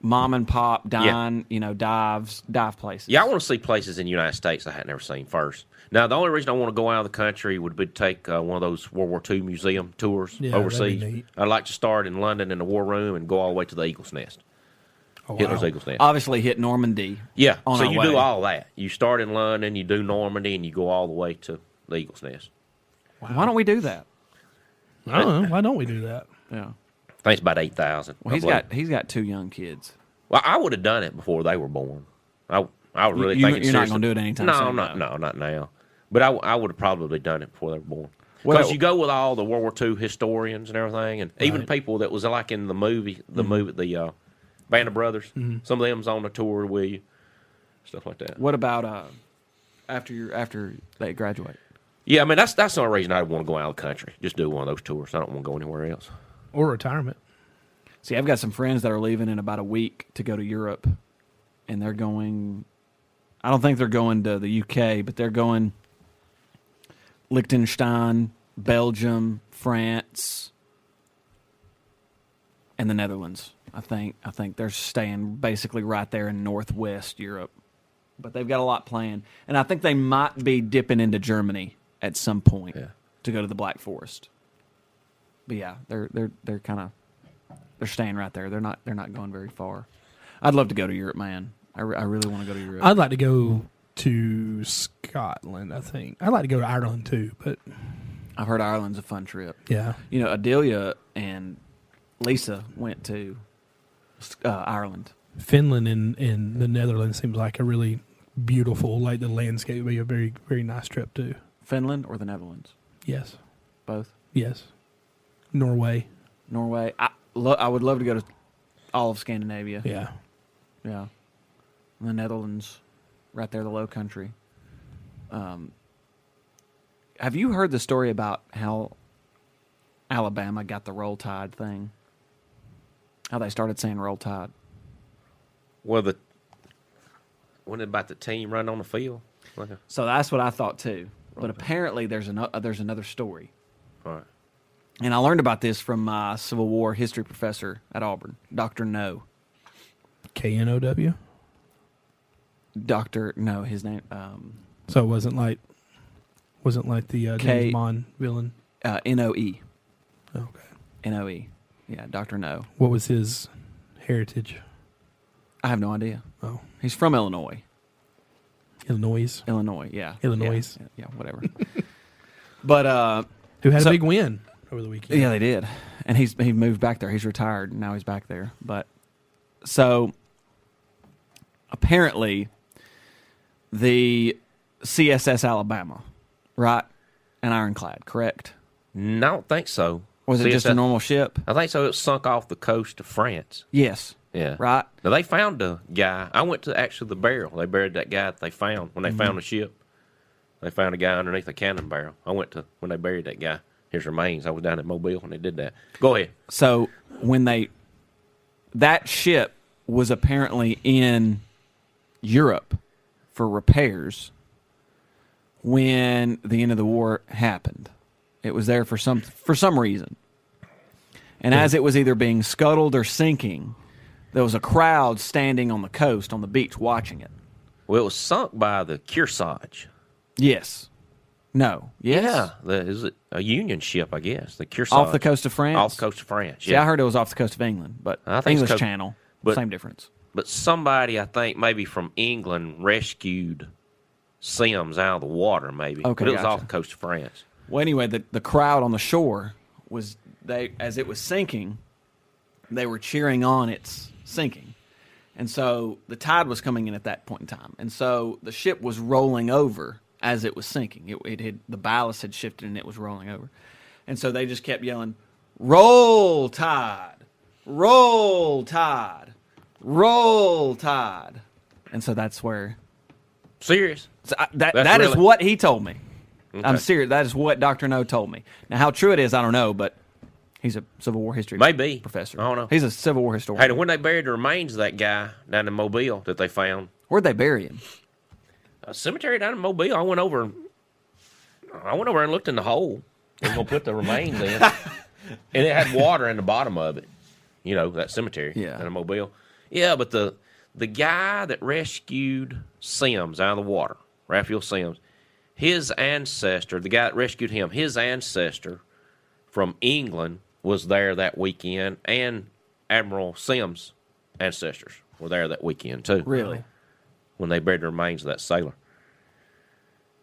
Speaker 1: mom and pop dine, you know, dives, dive places.
Speaker 3: Yeah, I want to see places in the United States I had never seen first. Now, the only reason I want to go out of the country would be to take uh, one of those World War II museum tours
Speaker 2: Yeah, that'd be
Speaker 3: overseas.
Speaker 2: neat.
Speaker 3: I'd like to start in London in the War Room and go all the way to the Eagle's Nest,
Speaker 2: Oh,
Speaker 3: Hitler's
Speaker 2: wow.
Speaker 3: Eagle's Nest.
Speaker 1: Obviously hit Normandy.
Speaker 3: yeah,
Speaker 1: Uh, on
Speaker 3: so
Speaker 1: our
Speaker 3: you
Speaker 1: way.
Speaker 3: do all that. You start in London, you do Normandy, and you go all the way to the Eagle's Nest.
Speaker 1: Why don't we do that?
Speaker 2: I don't know. Why don't we do that?
Speaker 1: Yeah.
Speaker 3: I think it's about eight thousand.
Speaker 1: Well, he's got he's got two young kids.
Speaker 3: Well, I would have done it before they were born. I I was
Speaker 1: You-
Speaker 3: really
Speaker 1: you-
Speaker 3: thinking
Speaker 1: you're not
Speaker 3: seriously.
Speaker 1: gonna do it anytime
Speaker 3: No,
Speaker 1: soon,
Speaker 3: not
Speaker 1: though.
Speaker 3: no, not now. But I, I would have probably done it before they were born. Because
Speaker 1: Well-
Speaker 3: you go with all the World War II historians and everything, and even people that was like in the movie,
Speaker 1: Mm-hmm.
Speaker 3: the movie, the uh, Band of Brothers. Some of them's on the tour with you, stuff like that.
Speaker 1: What about uh after you after they graduate?
Speaker 3: Yeah, I mean that's that's the only reason I want to go out of the country. Just do one of those tours. I don't want to go anywhere else.
Speaker 2: Or retirement?
Speaker 1: See, I've got some friends that are leaving in about a week to go to Europe and they're going I don't think they're going to the UK, but they're going Liechtenstein, Belgium, France, and the Netherlands. I think I think they're staying basically right there in northwest Europe. But they've got a lot planned. And I think they might be dipping into Germany at some point
Speaker 3: Yeah.
Speaker 1: to go to the Black Forest. But yeah, they're they're they're kind of they're staying right there. They're not they're not going very far. I'd love to go to Europe, man. I, re- I really want to go to Europe.
Speaker 2: I'd like to go to Scotland. I think I'd like to go to Ireland too. But
Speaker 1: I've heard Ireland's a fun trip.
Speaker 2: yeah,
Speaker 1: You know, Adelia and Lisa went to uh, Ireland.
Speaker 2: Finland and, and the Netherlands seems like a really beautiful, like the landscape would be a very very nice trip too.
Speaker 1: Finland or the Netherlands?
Speaker 2: Yes,
Speaker 1: Both.
Speaker 2: yes, Norway.
Speaker 1: Norway. I, lo- I would love to go to all of Scandinavia.
Speaker 2: Yeah,
Speaker 1: Yeah. And the Netherlands, right there, the Low Country. Um, have you heard the story about how Alabama got the Roll Tide thing? How they started saying Roll Tide?
Speaker 3: Well, the wasn't it about the team running on the field? Like a-
Speaker 1: So that's what I thought too. But apparently, there's an, uh, there's another story,
Speaker 3: all right.
Speaker 1: and I learned about this from my Civil War history professor at Auburn, Doctor No.
Speaker 2: K N O W.
Speaker 1: Doctor No, his name um,
Speaker 2: So it wasn't like wasn't like the uh,
Speaker 1: K-
Speaker 2: James Bond villain.
Speaker 1: uh, N O E
Speaker 2: Okay,
Speaker 1: N O E. Yeah, Doctor No.
Speaker 2: what was his heritage?
Speaker 1: I have no idea.
Speaker 2: Oh,
Speaker 1: He's from Illinois.
Speaker 2: Illinois.
Speaker 1: Illinois, yeah.
Speaker 2: Illinois.
Speaker 1: Yeah, yeah, whatever. but uh,
Speaker 2: Who had
Speaker 1: So-
Speaker 2: a big win over the weekend?
Speaker 1: yeah, they did, and he's he moved back there. He's retired, and now he's back there. But so apparently, the CSS Alabama, right, an ironclad, correct?
Speaker 3: No, I don't think so.
Speaker 1: Was it
Speaker 3: See,
Speaker 1: just
Speaker 3: it's
Speaker 1: a normal ship?
Speaker 3: I think so. It sunk off the coast of France.
Speaker 1: Yes.
Speaker 3: Yeah.
Speaker 1: Right.
Speaker 3: Now they found a guy. I went to actually the barrel. They buried that guy that they found when they
Speaker 1: Mm-hmm.
Speaker 3: found the ship. They found a guy underneath a cannon barrel. I went to when they buried that guy. His remains. I was down at Mobile when they did that. Go ahead.
Speaker 1: So when they that ship was apparently in Europe for repairs when the end of the war happened. It was there for some for some reason. And as it was either being scuttled or sinking, there was a crowd standing on the coast on the beach watching it.
Speaker 3: Well, it was sunk by the Kearsarge.
Speaker 1: Yes. No. Yes.
Speaker 3: The, is it a Union ship? I guess the Kearsarge
Speaker 1: Off the coast of France.
Speaker 3: Off the coast of France.
Speaker 1: See,
Speaker 3: Yeah.
Speaker 1: I heard it was off the coast of England, but
Speaker 3: I think it's
Speaker 1: English
Speaker 3: coast-
Speaker 1: Channel,
Speaker 3: but-
Speaker 1: same difference.
Speaker 3: but somebody I think maybe from England rescued Sims out of the water. Maybe.
Speaker 1: Okay,
Speaker 3: But it was
Speaker 1: gotcha.
Speaker 3: off the coast of France.
Speaker 1: Well, anyway, the, the crowd on the shore was they as it was sinking, they were cheering on its sinking, And so the tide was coming in at that point in time. And so the ship was rolling over as it was sinking. It, it had, the ballast had shifted and it was rolling over. And so they just kept yelling, Roll tide! Roll tide! Roll tide! And so that's where.
Speaker 3: Serious.
Speaker 1: So I, that,
Speaker 3: That's
Speaker 1: that is
Speaker 3: really-
Speaker 1: what he told me. I'm serious. That is what Dr. No told me. Now, how true it is, I don't know, but he's a Civil War history
Speaker 3: Maybe.
Speaker 1: professor.
Speaker 3: I don't know.
Speaker 1: He's a Civil War historian.
Speaker 3: Hey, when they buried the remains of that guy down in Mobile that they found,
Speaker 1: Where'd they bury him?
Speaker 3: a cemetery down in Mobile, I went over and I went over and looked in the hole. They was gonna put the remains in, and it had water in the bottom of it. You know that cemetery
Speaker 1: Yeah.
Speaker 3: down in Mobile. Yeah, but the the guy that rescued Sims out of the water, Raphael Sims, his ancestor, the guy that rescued him, his ancestor from England was there that weekend, and Admiral Sims' ancestors were there that weekend too.
Speaker 1: Really?
Speaker 3: When they buried the remains of that sailor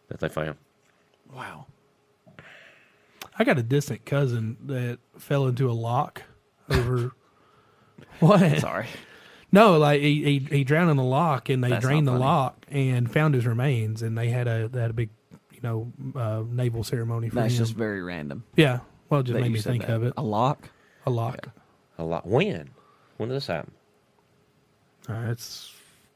Speaker 3: that they found.
Speaker 1: Wow.
Speaker 2: I got a distant cousin that fell into a lock over. what?
Speaker 1: Sorry.
Speaker 2: No, like he, he he drowned in the lock, and they
Speaker 1: That's
Speaker 2: drained the
Speaker 1: not funny.
Speaker 2: lock and found his remains, and they had a they had a big, you know, uh, naval ceremony for
Speaker 1: That's
Speaker 2: him.
Speaker 1: just very random.
Speaker 2: yeah. Well, it just
Speaker 1: that
Speaker 2: made
Speaker 1: you
Speaker 2: me
Speaker 1: said
Speaker 2: think
Speaker 1: that. Oh,
Speaker 2: of it.
Speaker 1: A lock?
Speaker 2: A lock.
Speaker 3: A lot. When? When did this happen?
Speaker 2: Uh, it's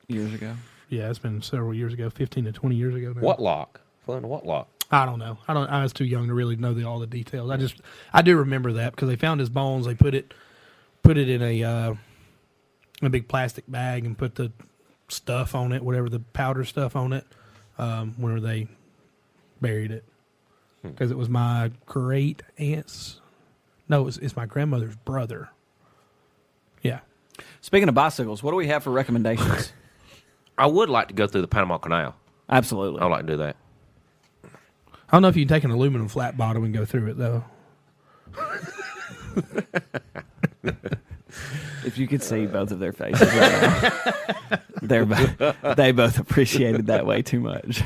Speaker 1: Years ago.
Speaker 2: yeah, it's been several years ago, fifteen to twenty years ago. Now.
Speaker 3: What lock? Flooding what lock?
Speaker 2: I don't know. I don't. I was too young to really know the, all the details. I just I do remember that because they found his bones. They put it put it in a uh, a big plastic bag and put the stuff on it, whatever the powder stuff on it, um, where they buried it because it was my great aunt's. No, it's, it's my grandmother's brother. Yeah,
Speaker 1: Speaking of bicycles, what do we have for recommendations?
Speaker 3: I would like to go through the Panama Canal.
Speaker 1: Absolutely.
Speaker 3: I would like to do that.
Speaker 2: I don't know if you can take an aluminum flat bottom and go through it though.
Speaker 1: If you could see both of their faces, right now. they're bo- they both appreciated that way too much.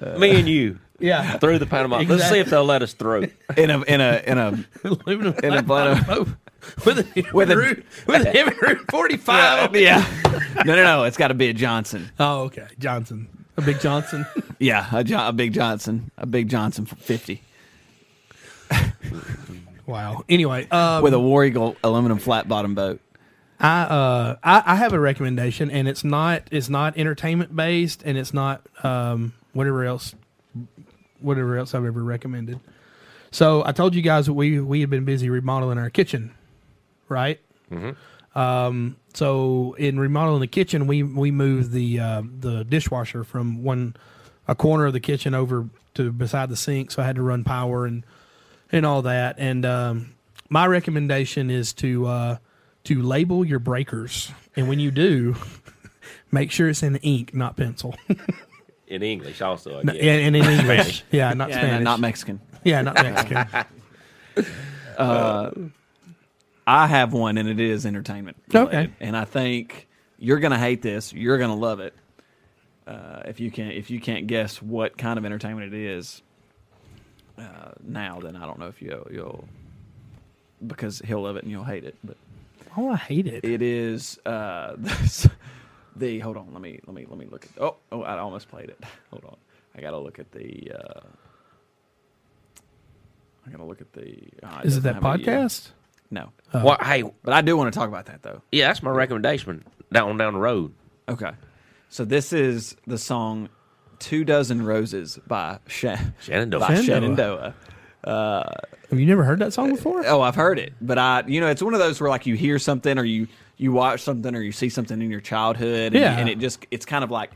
Speaker 3: Uh, Me and you
Speaker 2: Yeah,
Speaker 3: through the Panama. Let's see if they'll let us through.
Speaker 1: In a in a in a
Speaker 2: aluminum
Speaker 1: in a
Speaker 2: flat
Speaker 1: bottom.
Speaker 2: bottom with a
Speaker 1: With
Speaker 2: with
Speaker 1: a-
Speaker 2: a root, with a root forty five.
Speaker 1: yeah. No, no, no. It's got to be a Johnson.
Speaker 2: Oh, okay. Johnson. A big Johnson.
Speaker 1: Yeah, a, jo- a big Johnson. A big Johnson for fifty
Speaker 2: wow. Anyway, um,
Speaker 1: with a War Eagle aluminum flat bottom boat.
Speaker 2: I, uh, I I have a recommendation, and it's not it's not entertainment based, and it's not um, whatever else whatever else I've ever recommended. So I told you guys that we we had been busy remodeling our kitchen, right? Mm-hmm. Um, so in remodeling the kitchen, we we moved the uh, the dishwasher from one a corner of the kitchen over to beside the sink, so I had to run power and and all that. And um, my recommendation is to uh, to label your breakers, and when you do, make sure it's in ink, not pencil,
Speaker 3: In English also, I
Speaker 2: and,
Speaker 3: guess.
Speaker 2: and in English. yeah, not
Speaker 1: Yeah,
Speaker 2: Spanish.
Speaker 1: not Mexican.
Speaker 2: yeah, not Mexican.
Speaker 1: I have one, and it is entertainment. related.
Speaker 2: Okay.
Speaker 1: And I think you're gonna hate this. You're gonna love it. Uh, if you can't, if you can't guess what kind of entertainment it is uh, now, then I don't know if you you'll because he'll love it and you'll hate it. But
Speaker 2: oh, I hate it.
Speaker 1: it is uh, this, the hold on. Let me let me let me look at. Oh oh, I almost played it. Hold on. I gotta look at the. Uh, I gotta look at the. oh,
Speaker 2: Is
Speaker 1: doesn't
Speaker 2: it that
Speaker 1: have a-
Speaker 2: podcast? Oh.
Speaker 1: No.
Speaker 3: Well, hey,
Speaker 1: But I do want to talk about that though.
Speaker 3: yeah, that's my recommendation down down the road.
Speaker 1: Okay. So this is the song Two Dozen Roses by, Shan-
Speaker 3: Shenandoah.
Speaker 1: by Shenandoah.
Speaker 2: Shenandoah. Have you never heard that song before?
Speaker 1: Oh, I've heard it, but I, you know, it's one of those where like you hear something or you you watch something or you see something in your childhood, and,
Speaker 2: Yeah.
Speaker 1: and it just it's kind of like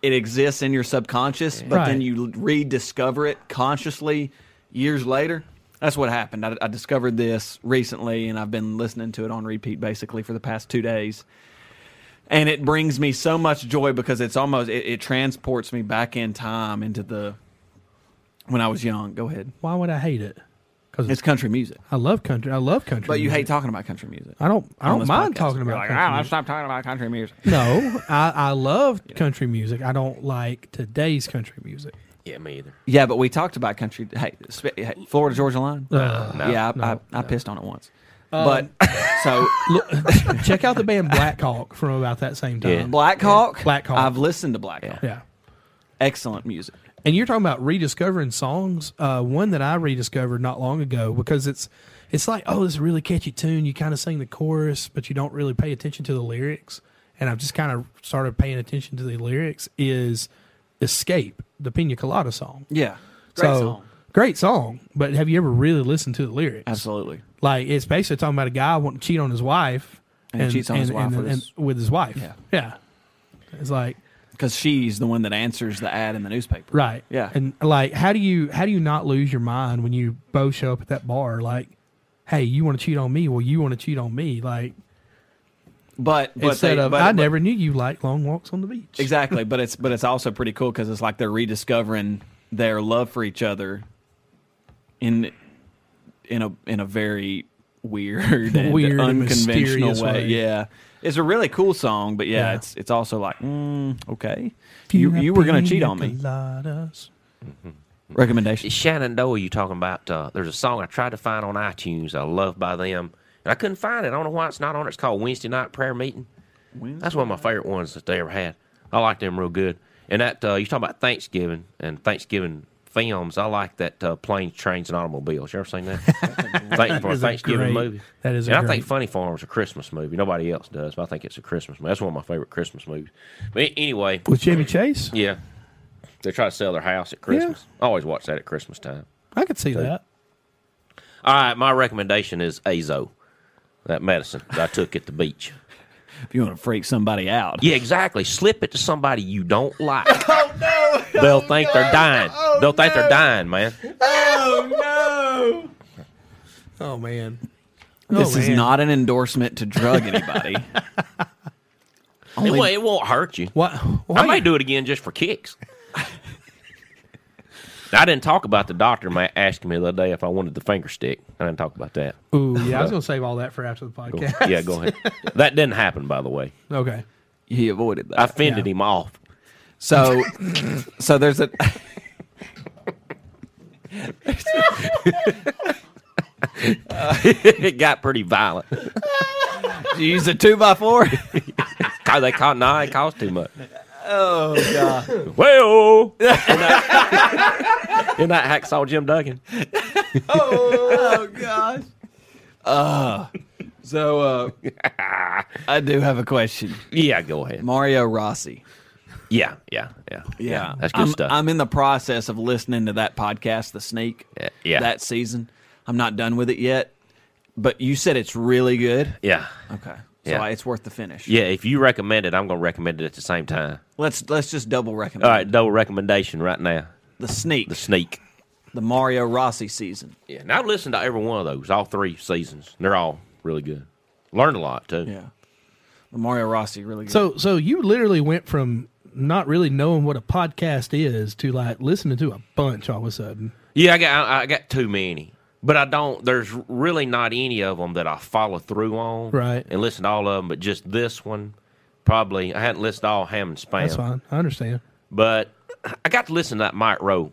Speaker 1: it exists in your subconscious, but then
Speaker 2: Right.
Speaker 1: you rediscover it consciously years later. That's what happened. I, I discovered this recently, and I've been listening to it on repeat basically for the past two days. And it brings me so much joy because it's almost it, it transports me back in time into the when I was young. Go ahead.
Speaker 2: Why would I hate it? Because
Speaker 1: It's country music.
Speaker 2: I love country. I love country.
Speaker 1: But you
Speaker 2: music.
Speaker 1: hate talking about country music.
Speaker 2: I don't. I
Speaker 1: on
Speaker 2: don't
Speaker 1: this
Speaker 2: mind
Speaker 1: podcast.
Speaker 2: talking
Speaker 1: You're
Speaker 2: about
Speaker 1: like,
Speaker 2: country
Speaker 1: "Ah, let's
Speaker 2: music.
Speaker 1: stop talking about country music.
Speaker 2: No, I, I love country music. I don't like today's country music.
Speaker 3: Yeah, me either.
Speaker 1: Yeah, but we talked about country. Hey, sp- hey Florida Georgia line.
Speaker 2: Uh,
Speaker 3: no,
Speaker 1: yeah, I,
Speaker 2: no, Um,
Speaker 1: I, I pissed on it once. but so
Speaker 2: Look, check out the band Black Hawk from about that same time.
Speaker 6: Yeah.
Speaker 1: Black Hawk,
Speaker 2: Black Hawk.
Speaker 1: I've listened to Black Hawk.
Speaker 2: Yeah.
Speaker 1: Excellent music.
Speaker 2: And you're talking about rediscovering songs. Uh, one that I rediscovered not long ago because it's it's like, oh, this is a really catchy tune. You kind of sing the chorus, but you don't really pay attention to the lyrics. And I've just kind of started paying attention to the lyrics. Is "Escape" the Pina Colada song?
Speaker 1: Yeah,
Speaker 2: so, Great song, but have you ever really listened to the lyrics?
Speaker 1: Absolutely.
Speaker 2: Like it's basically talking about a guy wanting to cheat on his wife
Speaker 1: And cheats on his wife with his-
Speaker 2: with his wife.
Speaker 1: Yeah.
Speaker 2: yeah. It's like
Speaker 1: Because she's the one that answers the ad in the newspaper.
Speaker 2: right,
Speaker 1: Yeah.
Speaker 2: And like, how do you how do you not lose your mind when you both show up at that bar? Like, hey, you want to cheat on me? Well, you want to cheat on me? Like
Speaker 1: But, but
Speaker 2: instead
Speaker 1: they-
Speaker 2: of
Speaker 1: but-
Speaker 2: I
Speaker 1: but-
Speaker 2: never knew you liked long walks on the beach.
Speaker 1: exactly. But it's but it's also pretty cool because it's like they're rediscovering their love for each other in in a in a very weird, and
Speaker 2: Weird and
Speaker 1: unconventional
Speaker 2: mysterious way.
Speaker 1: Yeah, it's a really cool song. But yeah,
Speaker 2: Yeah.
Speaker 1: it's it's also like mm, okay, you you were gonna cheat on me.
Speaker 2: Coladas.
Speaker 1: Recommendation.
Speaker 3: Shenandoah, you talking about? Uh, there's a song I tried to find on iTunes. I love by them, and I couldn't find it. I don't know why it's not on. it. It's called Wednesday Night Prayer Meeting. That's one of my favorite ones that they ever had. I like them real good. And that uh, you talking about Thanksgiving and Thanksgiving films. I like that uh, Planes, Trains, and Automobiles. You ever seen that? Thank, for a
Speaker 2: is a
Speaker 3: Thanksgiving
Speaker 2: great-
Speaker 3: movie.
Speaker 2: that is a
Speaker 3: And I
Speaker 2: great-
Speaker 3: think Funny Farm's a Christmas movie. Nobody else does, but I think it's a Christmas movie. That's one of my favorite Christmas movies. But a- anyway,
Speaker 2: with Jimmy Chase.
Speaker 3: yeah, they try to sell their house at Christmas. I always watch that at Christmas time.
Speaker 2: I could see that.
Speaker 3: All right, my recommendation is Azo, that medicine that I took at the beach.
Speaker 1: If you want to freak somebody out,
Speaker 3: Yeah, exactly. Slip it to somebody you don't like. Oh no! Oh, They'll think they're dying. They'll think they're dying, man.
Speaker 2: Oh man,
Speaker 1: this
Speaker 2: Oh,
Speaker 1: is
Speaker 2: man.
Speaker 1: not an endorsement to drug anybody.
Speaker 3: It, won't- it won't hurt you.
Speaker 2: What?
Speaker 3: I
Speaker 2: Why?
Speaker 3: might do it again just for kicks. I didn't talk about the doctor ma- asking me the other day if I wanted the finger stick. I didn't talk about that.
Speaker 2: Ooh, yeah, I was gonna save all that for after the
Speaker 3: Go-
Speaker 2: podcast.
Speaker 3: yeah, go ahead. That didn't happen, by the way.
Speaker 2: Okay.
Speaker 1: he avoided that.
Speaker 3: I fended him off.
Speaker 1: So, so there's a.
Speaker 3: it got pretty violent.
Speaker 1: you use a two by four.
Speaker 3: Cause they caught, nah, it cost too much.
Speaker 1: Oh god!
Speaker 3: Well, in that, in that hacksaw Jim Duggan.
Speaker 1: Oh gosh! Uh, so uh, I do have a question.
Speaker 3: Yeah, go ahead.
Speaker 1: Mario Rossi.
Speaker 3: Yeah, yeah, yeah, That's good
Speaker 1: I'm,
Speaker 3: stuff.
Speaker 1: I'm in the process of listening to that podcast, The Sneak.
Speaker 3: Yeah, yeah.
Speaker 1: That season, I'm not done with it yet, but you said it's really good.
Speaker 3: yeah,
Speaker 1: Okay. So
Speaker 3: Yeah.
Speaker 1: I, it's worth the finish.
Speaker 3: yeah. If you recommend it, I'm going to recommend it at the same time.
Speaker 1: Let's let's just double recommend.
Speaker 3: All right, double recommendation right now.
Speaker 1: The Sneak,
Speaker 3: The
Speaker 1: the,
Speaker 3: sneak.
Speaker 1: Mario Rossi season.
Speaker 3: Yeah, and I've listened to every one of those, all three seasons. They're all really good. Learned a lot too.
Speaker 1: Yeah. The Mario Rossi really good.
Speaker 2: So so you literally went from not really knowing what a podcast is to like listening to a bunch all of a sudden.
Speaker 3: Yeah, I got I, I got too many, but I don't. There's really not any of them that I follow through on,
Speaker 2: Right.
Speaker 3: And listen to all of them, but just this one, probably I hadn't listened to all Ham and Spam.
Speaker 2: That's fine. I understand.
Speaker 3: But I got to listen to that Mike Rowe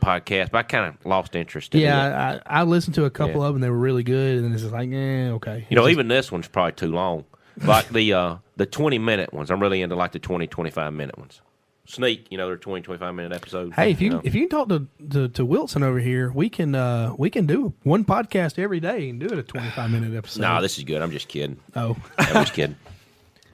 Speaker 3: podcast, but I kind of lost interest. In it.
Speaker 2: Yeah, I, I listened to a couple
Speaker 3: Yeah.
Speaker 2: of them. They were really good, and then it's just like, eh, okay.
Speaker 3: you know,
Speaker 2: It's
Speaker 3: even this one's probably too long. Like the uh, the twenty minute ones, I'm really into like the 20, 25 minute ones. Sneak, you know, they're 20, 25 minute episodes.
Speaker 2: just- hey, if you
Speaker 3: know.
Speaker 2: if you can talk to, to to Wilson over here, we can uh we can do one podcast every day and do it a twenty five minute episode.
Speaker 3: nah, this is good. I'm just kidding.
Speaker 2: oh,
Speaker 3: I'm just kidding.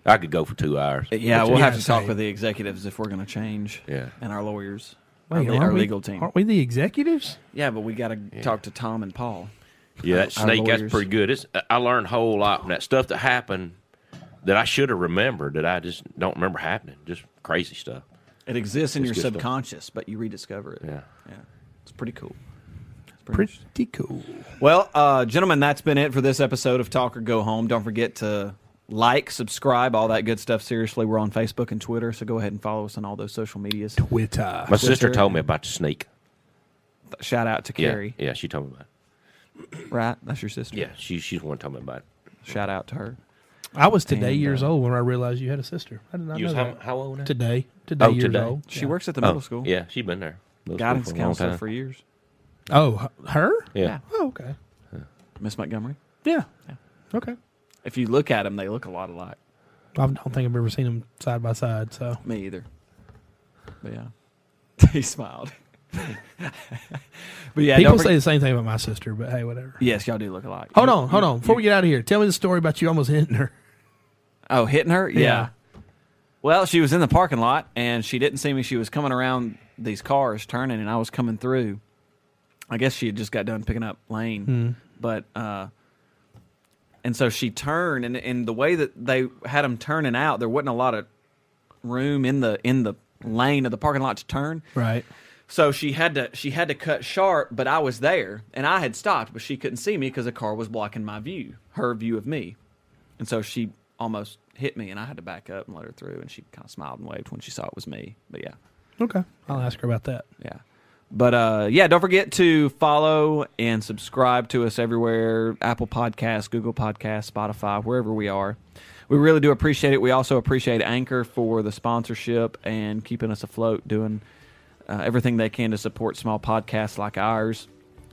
Speaker 3: I could go for two hours.
Speaker 1: yeah,
Speaker 3: But
Speaker 1: we'll
Speaker 2: yeah,
Speaker 1: have to talk
Speaker 2: same.
Speaker 1: with the executives if we're going to change.
Speaker 3: Yeah.
Speaker 1: And our lawyers.
Speaker 2: Wait,
Speaker 1: our, le-
Speaker 2: aren't
Speaker 1: our
Speaker 2: we-
Speaker 1: legal team.
Speaker 2: Aren't we the executives?
Speaker 1: Yeah, but we got to talk to Tom and Paul.
Speaker 3: Yeah, that
Speaker 1: Our
Speaker 3: snake, that's
Speaker 1: lawyers.
Speaker 3: pretty good. It's, I learned a whole lot from that stuff that happened that I should have remembered that I just don't remember happening. Just crazy stuff.
Speaker 1: It exists in
Speaker 3: It's
Speaker 1: your
Speaker 3: good stuff.
Speaker 1: subconscious, but you rediscover it.
Speaker 3: Yeah.
Speaker 1: Yeah. It's pretty cool. It's pretty interesting.
Speaker 2: Pretty cool.
Speaker 1: Well, uh, gentlemen, that's been it for this episode of Talk or Go Home. Don't forget to like, subscribe, all that good stuff. Seriously, we're on Facebook and Twitter, so go ahead and follow us on all those social medias.
Speaker 2: Twitter.
Speaker 3: My sister
Speaker 1: Twitter.
Speaker 3: told me about the snake.
Speaker 1: Shout out to
Speaker 3: Yeah,
Speaker 1: Carrie,
Speaker 3: yeah, she told me about it.
Speaker 1: right? That's your sister.
Speaker 3: Yeah, she she's the one told me about it.
Speaker 1: Shout out to her.
Speaker 2: I was today
Speaker 1: And,
Speaker 2: years
Speaker 1: uh,
Speaker 2: old when I realized you had a sister. I did not
Speaker 3: You
Speaker 2: know
Speaker 3: was how,
Speaker 2: that.
Speaker 3: how old now?
Speaker 2: today. Today
Speaker 3: Oh,
Speaker 2: years
Speaker 3: today.
Speaker 2: old.
Speaker 1: She
Speaker 2: Yeah.
Speaker 1: works at the
Speaker 3: Oh,
Speaker 1: middle school.
Speaker 3: Yeah, she's been there. Middle school
Speaker 1: Guidance
Speaker 3: for a long
Speaker 1: counselor
Speaker 3: time.
Speaker 1: for years.
Speaker 2: Oh, h- her?
Speaker 3: Yeah.
Speaker 2: Oh, okay.
Speaker 1: Miss Montgomery.
Speaker 3: yeah,
Speaker 1: Yeah.
Speaker 2: Okay.
Speaker 1: If you look at them, they look a lot alike.
Speaker 2: I don't think I've ever seen them side by side. So
Speaker 1: Me either. But yeah. he smiled. but yeah,
Speaker 2: people
Speaker 1: don't
Speaker 2: say
Speaker 1: forget-
Speaker 2: the same thing about my sister, but hey, whatever.
Speaker 1: yes, y'all do look alike.
Speaker 2: Hold
Speaker 1: You-
Speaker 2: on, hold
Speaker 1: you-
Speaker 2: on. Before we
Speaker 1: you-
Speaker 2: get out of here, tell me the story about you almost hitting her.
Speaker 1: Oh, hitting her? Yeah.
Speaker 2: Yeah.
Speaker 1: Well, she was in the parking lot and she didn't see me. She was coming around these cars turning and I was coming through. I guess she had just got done picking up Lane.
Speaker 2: Hmm.
Speaker 1: But uh and so she turned and and the way that they had them turning out, there wasn't a lot of room in the in the lane of the parking lot to turn.
Speaker 2: Right.
Speaker 1: So she had to she had to cut sharp, but I was there and I had stopped, but she couldn't see me because a car was blocking my view, her view of me, and so she almost hit me, and I had to back up and let her through, and she kind of smiled and waved when she saw it was me. But yeah,
Speaker 2: Okay. I'll ask her about that.
Speaker 1: yeah, but uh, yeah, don't forget to follow and subscribe to us everywhere: Apple Podcasts, Google Podcasts, Spotify, wherever we are. We really do appreciate it. We also appreciate Anchor for the sponsorship and keeping us afloat, doing uh, everything they can to support small podcasts like ours.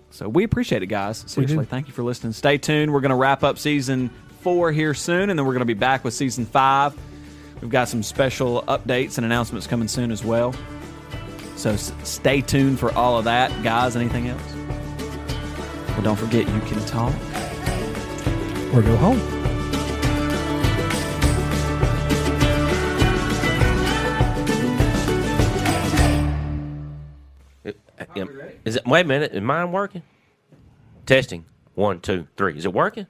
Speaker 1: So we appreciate it, guys. Seriously, thank you for listening. Stay tuned. We're going to wrap up season four here soon, and then we're going to be back with season five. We've got some special updates and announcements coming soon as well. So s- stay tuned for all of that, guys. Anything else? Well, don't forget you can talk.
Speaker 2: Or go home.
Speaker 4: Is it? Wait a minute. Is mine working? Testing. One, two, three. Is it working?